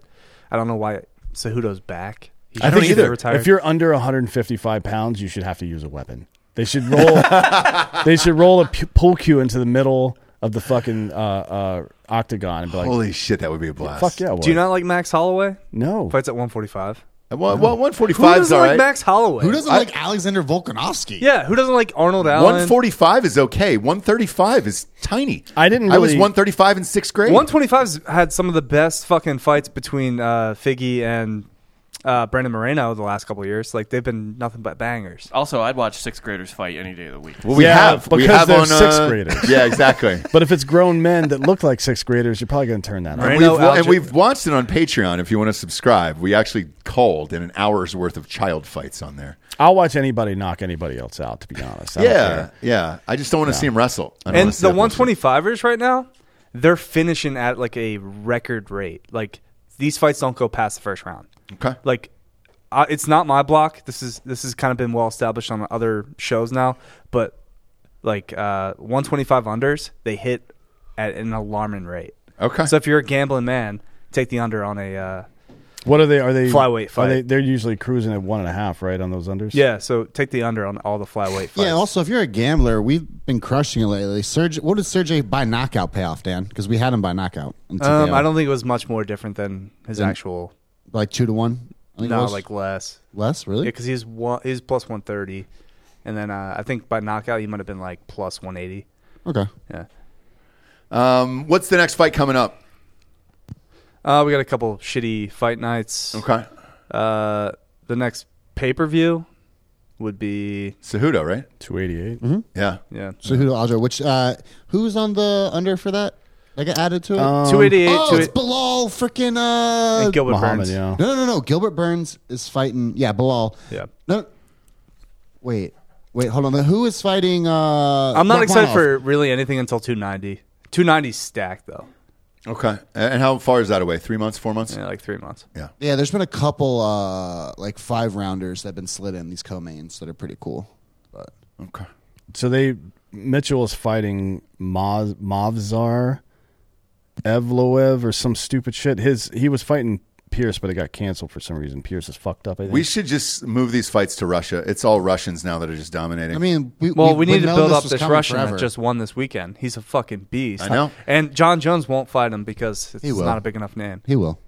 S3: I don't know why Cejudo's back. He
S2: I don't
S3: should be
S2: either.
S3: retired.
S5: If you're under 155 pounds, you should have to use a weapon. They should <laughs> roll. they should roll a pu- pull cue into the middle of the fucking uh, uh, octagon and be like,
S2: Holy shit, that would be a blast.
S5: "Fuck yeah!"
S3: Do you
S5: what?
S3: not like Max Holloway?
S5: No.
S3: Fights at 145.
S2: Well, well,
S3: Who
S2: 145 is
S3: doesn't
S2: all
S3: like
S2: right.
S3: Max Holloway?
S6: Who doesn't like Alexander Volkanovsky?
S3: Yeah, who doesn't like Arnold Allen?
S2: 145 is okay. 135 is tiny.
S5: I didn't
S2: I was
S5: really-
S2: 135 in sixth grade.
S3: 125's had some of the best fucking fights between uh, Figgy and uh, Brandon Moreno the last couple of years. Like they've been nothing but bangers.
S4: Also, I'd watch sixth graders fight any day of the week.
S2: Well, we
S5: Yeah,
S2: have we
S5: because
S2: have
S5: they're
S2: on uh,
S5: sixth
S2: <laughs>
S5: graders.
S2: Yeah, exactly.
S5: But if it's grown men that look like sixth graders, you're probably going to turn that off.
S3: Right.
S2: And
S3: Brando
S2: we've, wa- and
S3: Alger-
S2: we've watched it on Patreon. If you want to subscribe, we actually called in an hour's worth of child fights on there.
S5: I'll watch anybody knock anybody else out. To be honest, I don't
S2: Yeah,
S5: care.
S2: yeah. I just don't want to see him wrestle. I don't
S3: And
S2: wanna see
S3: the
S2: that bullshit.
S3: 125ers right now, they're finishing at like a record rate. Like these fights don't go past the first round.
S2: Okay.
S3: Like I, it's not my block. This is this has kind of been well established on other shows now, but like uh 125 unders, they hit at an alarming rate.
S2: Okay.
S3: So if you're a gambling man, take the under on a uh
S5: What are they? Are they
S3: Flyweight
S5: Are
S3: fight.
S5: they, they're usually cruising at one and a half, right, on those unders.
S3: yeah, so take the under on all the flyweight fights.
S6: Yeah, also, if you're a gambler, we've been crushing it lately. Serge, what did Sergey by knockout pay off, Dan? Because we had him by knockout. in
S3: um,
S6: TKO.
S3: I don't think it was much more different than his actual
S6: like two to one. I think it
S3: no,
S6: was.
S3: like less.
S6: less, really.
S3: Yeah, because he's one, he's plus one thirty, and then uh, I think by knockout he might have been like plus one eighty.
S6: okay,
S3: Yeah,
S2: Um, what's the next fight coming up?
S3: uh, we got a couple shitty fight nights.
S2: Okay.
S3: Uh, the next pay per view would be
S2: Cejudo, right?
S5: two eighty eight.
S3: Mm-hmm.
S2: Yeah.
S3: yeah
S6: so who Aljo? Which uh, who's on the under for that? Like added to it.
S3: two eighty eight.
S6: oh, it's Bilal freaking. Uh,
S3: Gilbert
S5: Muhammad,
S3: Burns.
S5: yeah.
S6: no, no, no, no. Gilbert Burns is fighting. Yeah, Bilal.
S3: Yeah.
S6: No. Wait, wait, hold on. Who is fighting? Uh,
S3: I'm not excited for
S6: Rachmaninoff?
S3: really anything until two ninety. Two ninety stacked though.
S2: Okay. And and how far is that away? Three months? Four months?
S3: Yeah, like three months.
S2: Yeah.
S6: Yeah, there's been a couple uh, like five rounders that have been slid in these co-mains that are pretty cool. But
S2: Okay.
S5: So they Mitchell is fighting Maz, Mavzar Evloev or some stupid shit. His he was fighting Pierce, but it got canceled for some reason. Pierce is fucked up. I think.
S2: We should just move these fights to Russia. It's all Russians now that are just dominating.
S6: I mean, we,
S3: Well, we, need to
S6: know
S3: build
S6: this
S3: up
S6: was
S3: this
S6: coming
S3: Russian
S6: forever.
S3: that just won this weekend. He's a fucking beast.
S2: I know.
S3: And John Jones won't fight him because it's
S6: He will.
S3: not a big enough name.
S6: he will.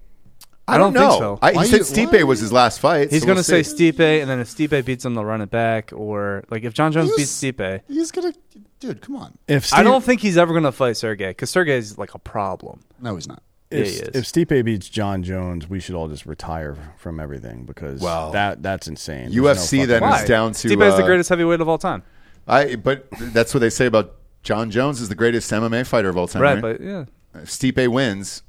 S3: I don't think
S2: know.
S3: so.
S2: I, he
S6: Why
S2: said
S6: you-
S2: Stipe
S6: why?
S2: was his last fight.
S3: He's
S2: so
S3: gonna
S2: we'll
S3: say
S2: see.
S3: Stipe, and then if Stipe beats him, they'll run it back. Or like if John Jones beats Stipe,
S6: He's gonna, dude. Come on.
S5: if
S3: I
S5: Steve-
S3: don't think he's ever gonna fight Sergey because Sergey's like a problem.
S6: No, he's not.
S5: if,
S3: Yeah, he
S5: if
S3: is.
S5: Stipe beats John Jones, we should all just retire from everything because
S2: Wow.
S5: that that's insane. There's
S2: UFC
S5: fucking
S2: then
S5: way.
S2: is down to
S3: Stipe's the
S2: uh,
S3: greatest heavyweight of all time,
S2: I but that's what they say about John Jones is the greatest MMA fighter of all time.
S3: right?
S2: Right,
S3: But yeah,
S2: if Stipe wins,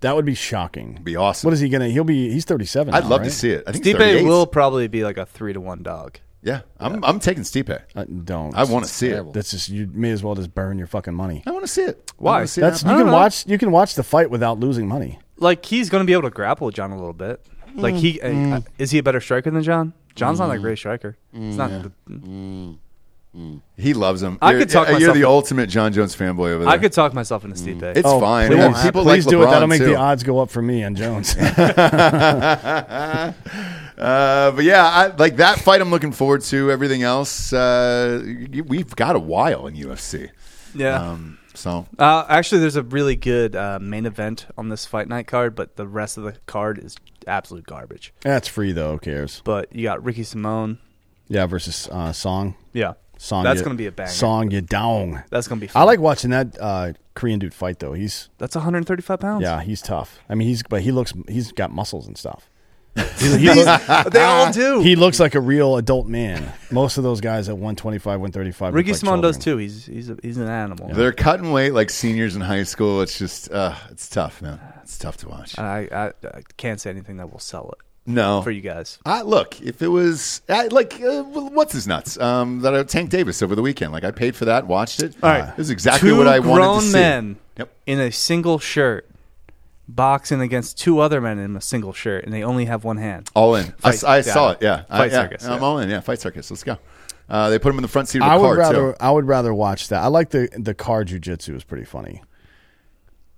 S5: That would be shocking.
S2: be awesome.
S5: What is he gonna? He'll be. He's thirty seven.
S2: I'd love to see it. I think
S3: Stipe
S2: 38.
S3: will probably be like a three to one dog.
S2: Yeah, I'm I'm taking Stipe.
S5: Uh, don't.
S2: I want to see
S6: terrible.
S5: That's just. You may as well just burn your fucking money.
S2: it. I want to see it.
S3: Why?
S2: I wanna see it
S5: That's you
S2: happen.
S5: can
S3: know.
S5: watch. You can watch the fight without losing money.
S3: Like he's gonna be able to grapple with John a little bit. Like he
S2: Mm. Mm.
S3: uh, is he a better striker than John? John's not a great striker. He's not. the-
S2: He loves him.
S3: I
S2: You're-
S3: could talk
S2: You're
S3: myself-
S2: the ultimate John Jones fanboy over there.
S3: I could talk myself into Stipe.
S2: Mm. It's fine.
S5: Please,
S2: And people
S5: please
S2: like
S5: do it.
S2: LeBron,
S5: That'll make
S2: too.
S5: the odds go up for me and Jones.
S2: <laughs> Uh, but yeah, I, like that fight, I'm looking forward to. Everything else, uh, y- we've got a while in UFC.
S3: yeah.
S2: Um, so
S3: Uh, actually, there's a really good uh, main event on this fight night card, but the rest of the card is absolute garbage.
S5: That's free though. Who cares?
S3: But you got Ricky Simone.
S5: Yeah, versus uh, Song.
S3: Yeah,
S5: Song.
S3: That's
S5: you-
S3: gonna be a banger.
S5: Song you down.
S3: That's gonna be. Fun.
S5: I like watching that uh, Korean dude fight though. He's
S3: That's 135 pounds.
S5: yeah, he's tough. I mean, he's but he looks he's got muscles and stuff.
S2: <laughs>
S3: they all do.
S5: He looks like a real adult man. Most of those guys at 125, 135.
S3: Ricky
S5: look like
S3: Simone does
S5: children.
S3: too. He's he's a, he's an animal.
S2: they're cutting weight like seniors in high school. It's just, uh, it's tough, man. It's tough to watch.
S3: I, I I can't say anything that will sell it
S2: no,
S3: Uh, for you guys.
S2: I, look, if it was I, like uh, what's his nuts um, that I, Tank Davis over the weekend, like I paid for that, watched it.
S3: All right.
S2: it was exactly
S3: Two
S2: what I wanted
S3: grown
S2: to see.
S3: men
S2: Yep.
S3: in a single shirt boxing against two other men in a single shirt, and they only have one hand.
S2: All in. I,
S3: Fight-
S2: I saw
S3: yeah.
S2: it. Yeah, I,
S3: Fight
S2: yeah.
S3: circus,
S2: I'm
S3: yeah.
S2: all in. Yeah, fight circus. Let's go. Uh, they put him in the front seat of a
S5: I
S2: car
S5: would rather
S2: too.
S5: I would rather watch that. I like the the car jujitsu is pretty funny.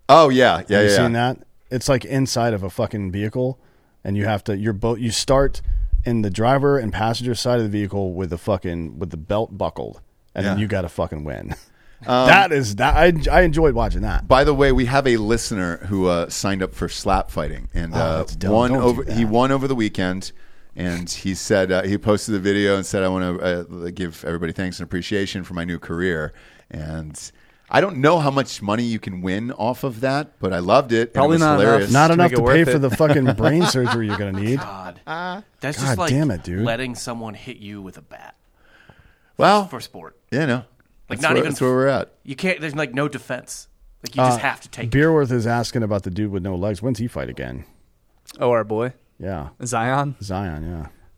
S2: Oh yeah, yeah,
S5: Have you
S2: yeah.
S5: seen that? It's like inside of a fucking vehicle, and you have to your boat. You start in the driver and passenger side of the vehicle with the fucking with the belt buckled, and then
S2: Yeah.
S5: you got to fucking win. that is that I I enjoyed watching that.
S2: By the way, we have a listener who uh, signed up for slap fighting and uh,
S5: that's dumb.
S2: won
S5: Don't do
S2: over.
S5: that.
S2: He won over the weekend, and he said uh, he posted the video and said, "I want to uh, give everybody thanks and appreciation for my new career." And I don't know how much money you can win off of that, but I loved it. and it
S3: Probably
S2: was
S3: not enough.
S2: hilarious.
S5: Not
S3: to
S5: enough
S3: make it
S5: to pay
S3: worth
S5: for
S3: it.
S5: the fucking brain surgery you're gonna need.
S4: God, that's
S5: God
S4: just like
S5: damn it, dude.
S4: letting someone hit you with a bat
S2: well,
S4: for sport.
S2: you know,
S4: Like
S2: that's
S4: not
S2: where-
S4: even
S2: that's where we're at.
S4: You can't. There's like no defense. Like
S5: Uh,
S4: you just have to take. it.
S5: Beerworth is asking about the dude with no legs. When's he fight again?
S3: Oh, our boy
S5: Yeah,
S3: Zion.
S5: Zion.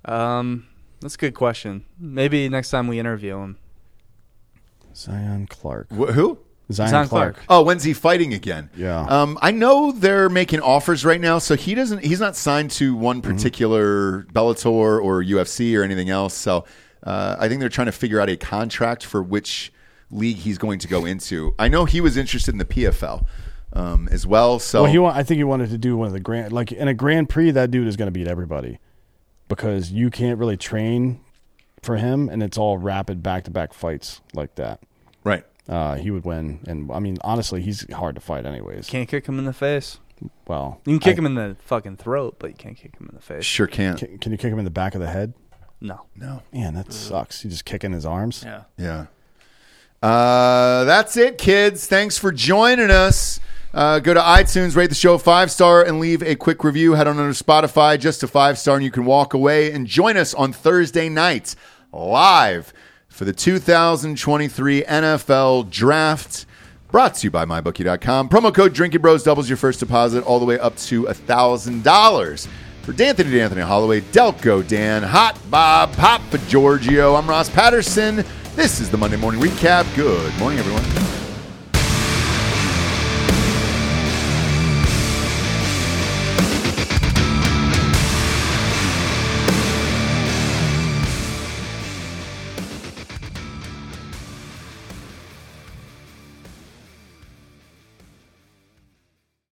S5: Yeah,
S3: Um, that's a good question. Maybe next time we interview him.
S5: Zion Clark.
S2: Wh- who?
S5: Zion,
S3: Zion
S5: Clark.
S3: Clark.
S2: Oh, when's he fighting again?
S5: Yeah.
S2: Um, I know they're making offers right now, so he doesn't. He's not signed to one
S5: Mm-hmm.
S2: particular Bellator or UFC or anything else. So uh, I think they're trying to figure out a contract for which league he's going to go into. I know he was interested in the PFL um, as well. So
S3: Oh.
S5: Well, he wa- I think he wanted to do one of the grand like in a Grand Prix. That dude is going to beat everybody because you can't really train for him, and it's all rapid back to back fights like that.
S2: right.
S5: Uh, he would win, and I mean, honestly, he's hard to fight, anyways.
S3: Can't kick him in the face.
S5: well,
S3: You can kick
S5: I-
S3: him in the fucking throat, but you can't kick him in the face.
S2: Sure can't.
S5: Can, can you kick him in the back of the head?
S3: No.
S2: No.
S5: Man, that sucks. You just kicking his arms.
S4: Yeah.
S2: Yeah. Uh, that's it, kids. Thanks for joining us. Uh, go to iTunes, rate the show five star, and leave a quick review. Head on over to Spotify, just a five star, and you can walk away and join us on Thursday night live for the 2023 NFL Draft. Brought to you by MyBookie.com. Promo code Drinking Bros doubles your first deposit all the way up to $1,000. For D'Anthony D'Anthony Holloway, Delco Dan, Hot Bob, Papa Giorgio, I'm Ross Patterson. This is the Monday Morning Recap. Good morning, everyone.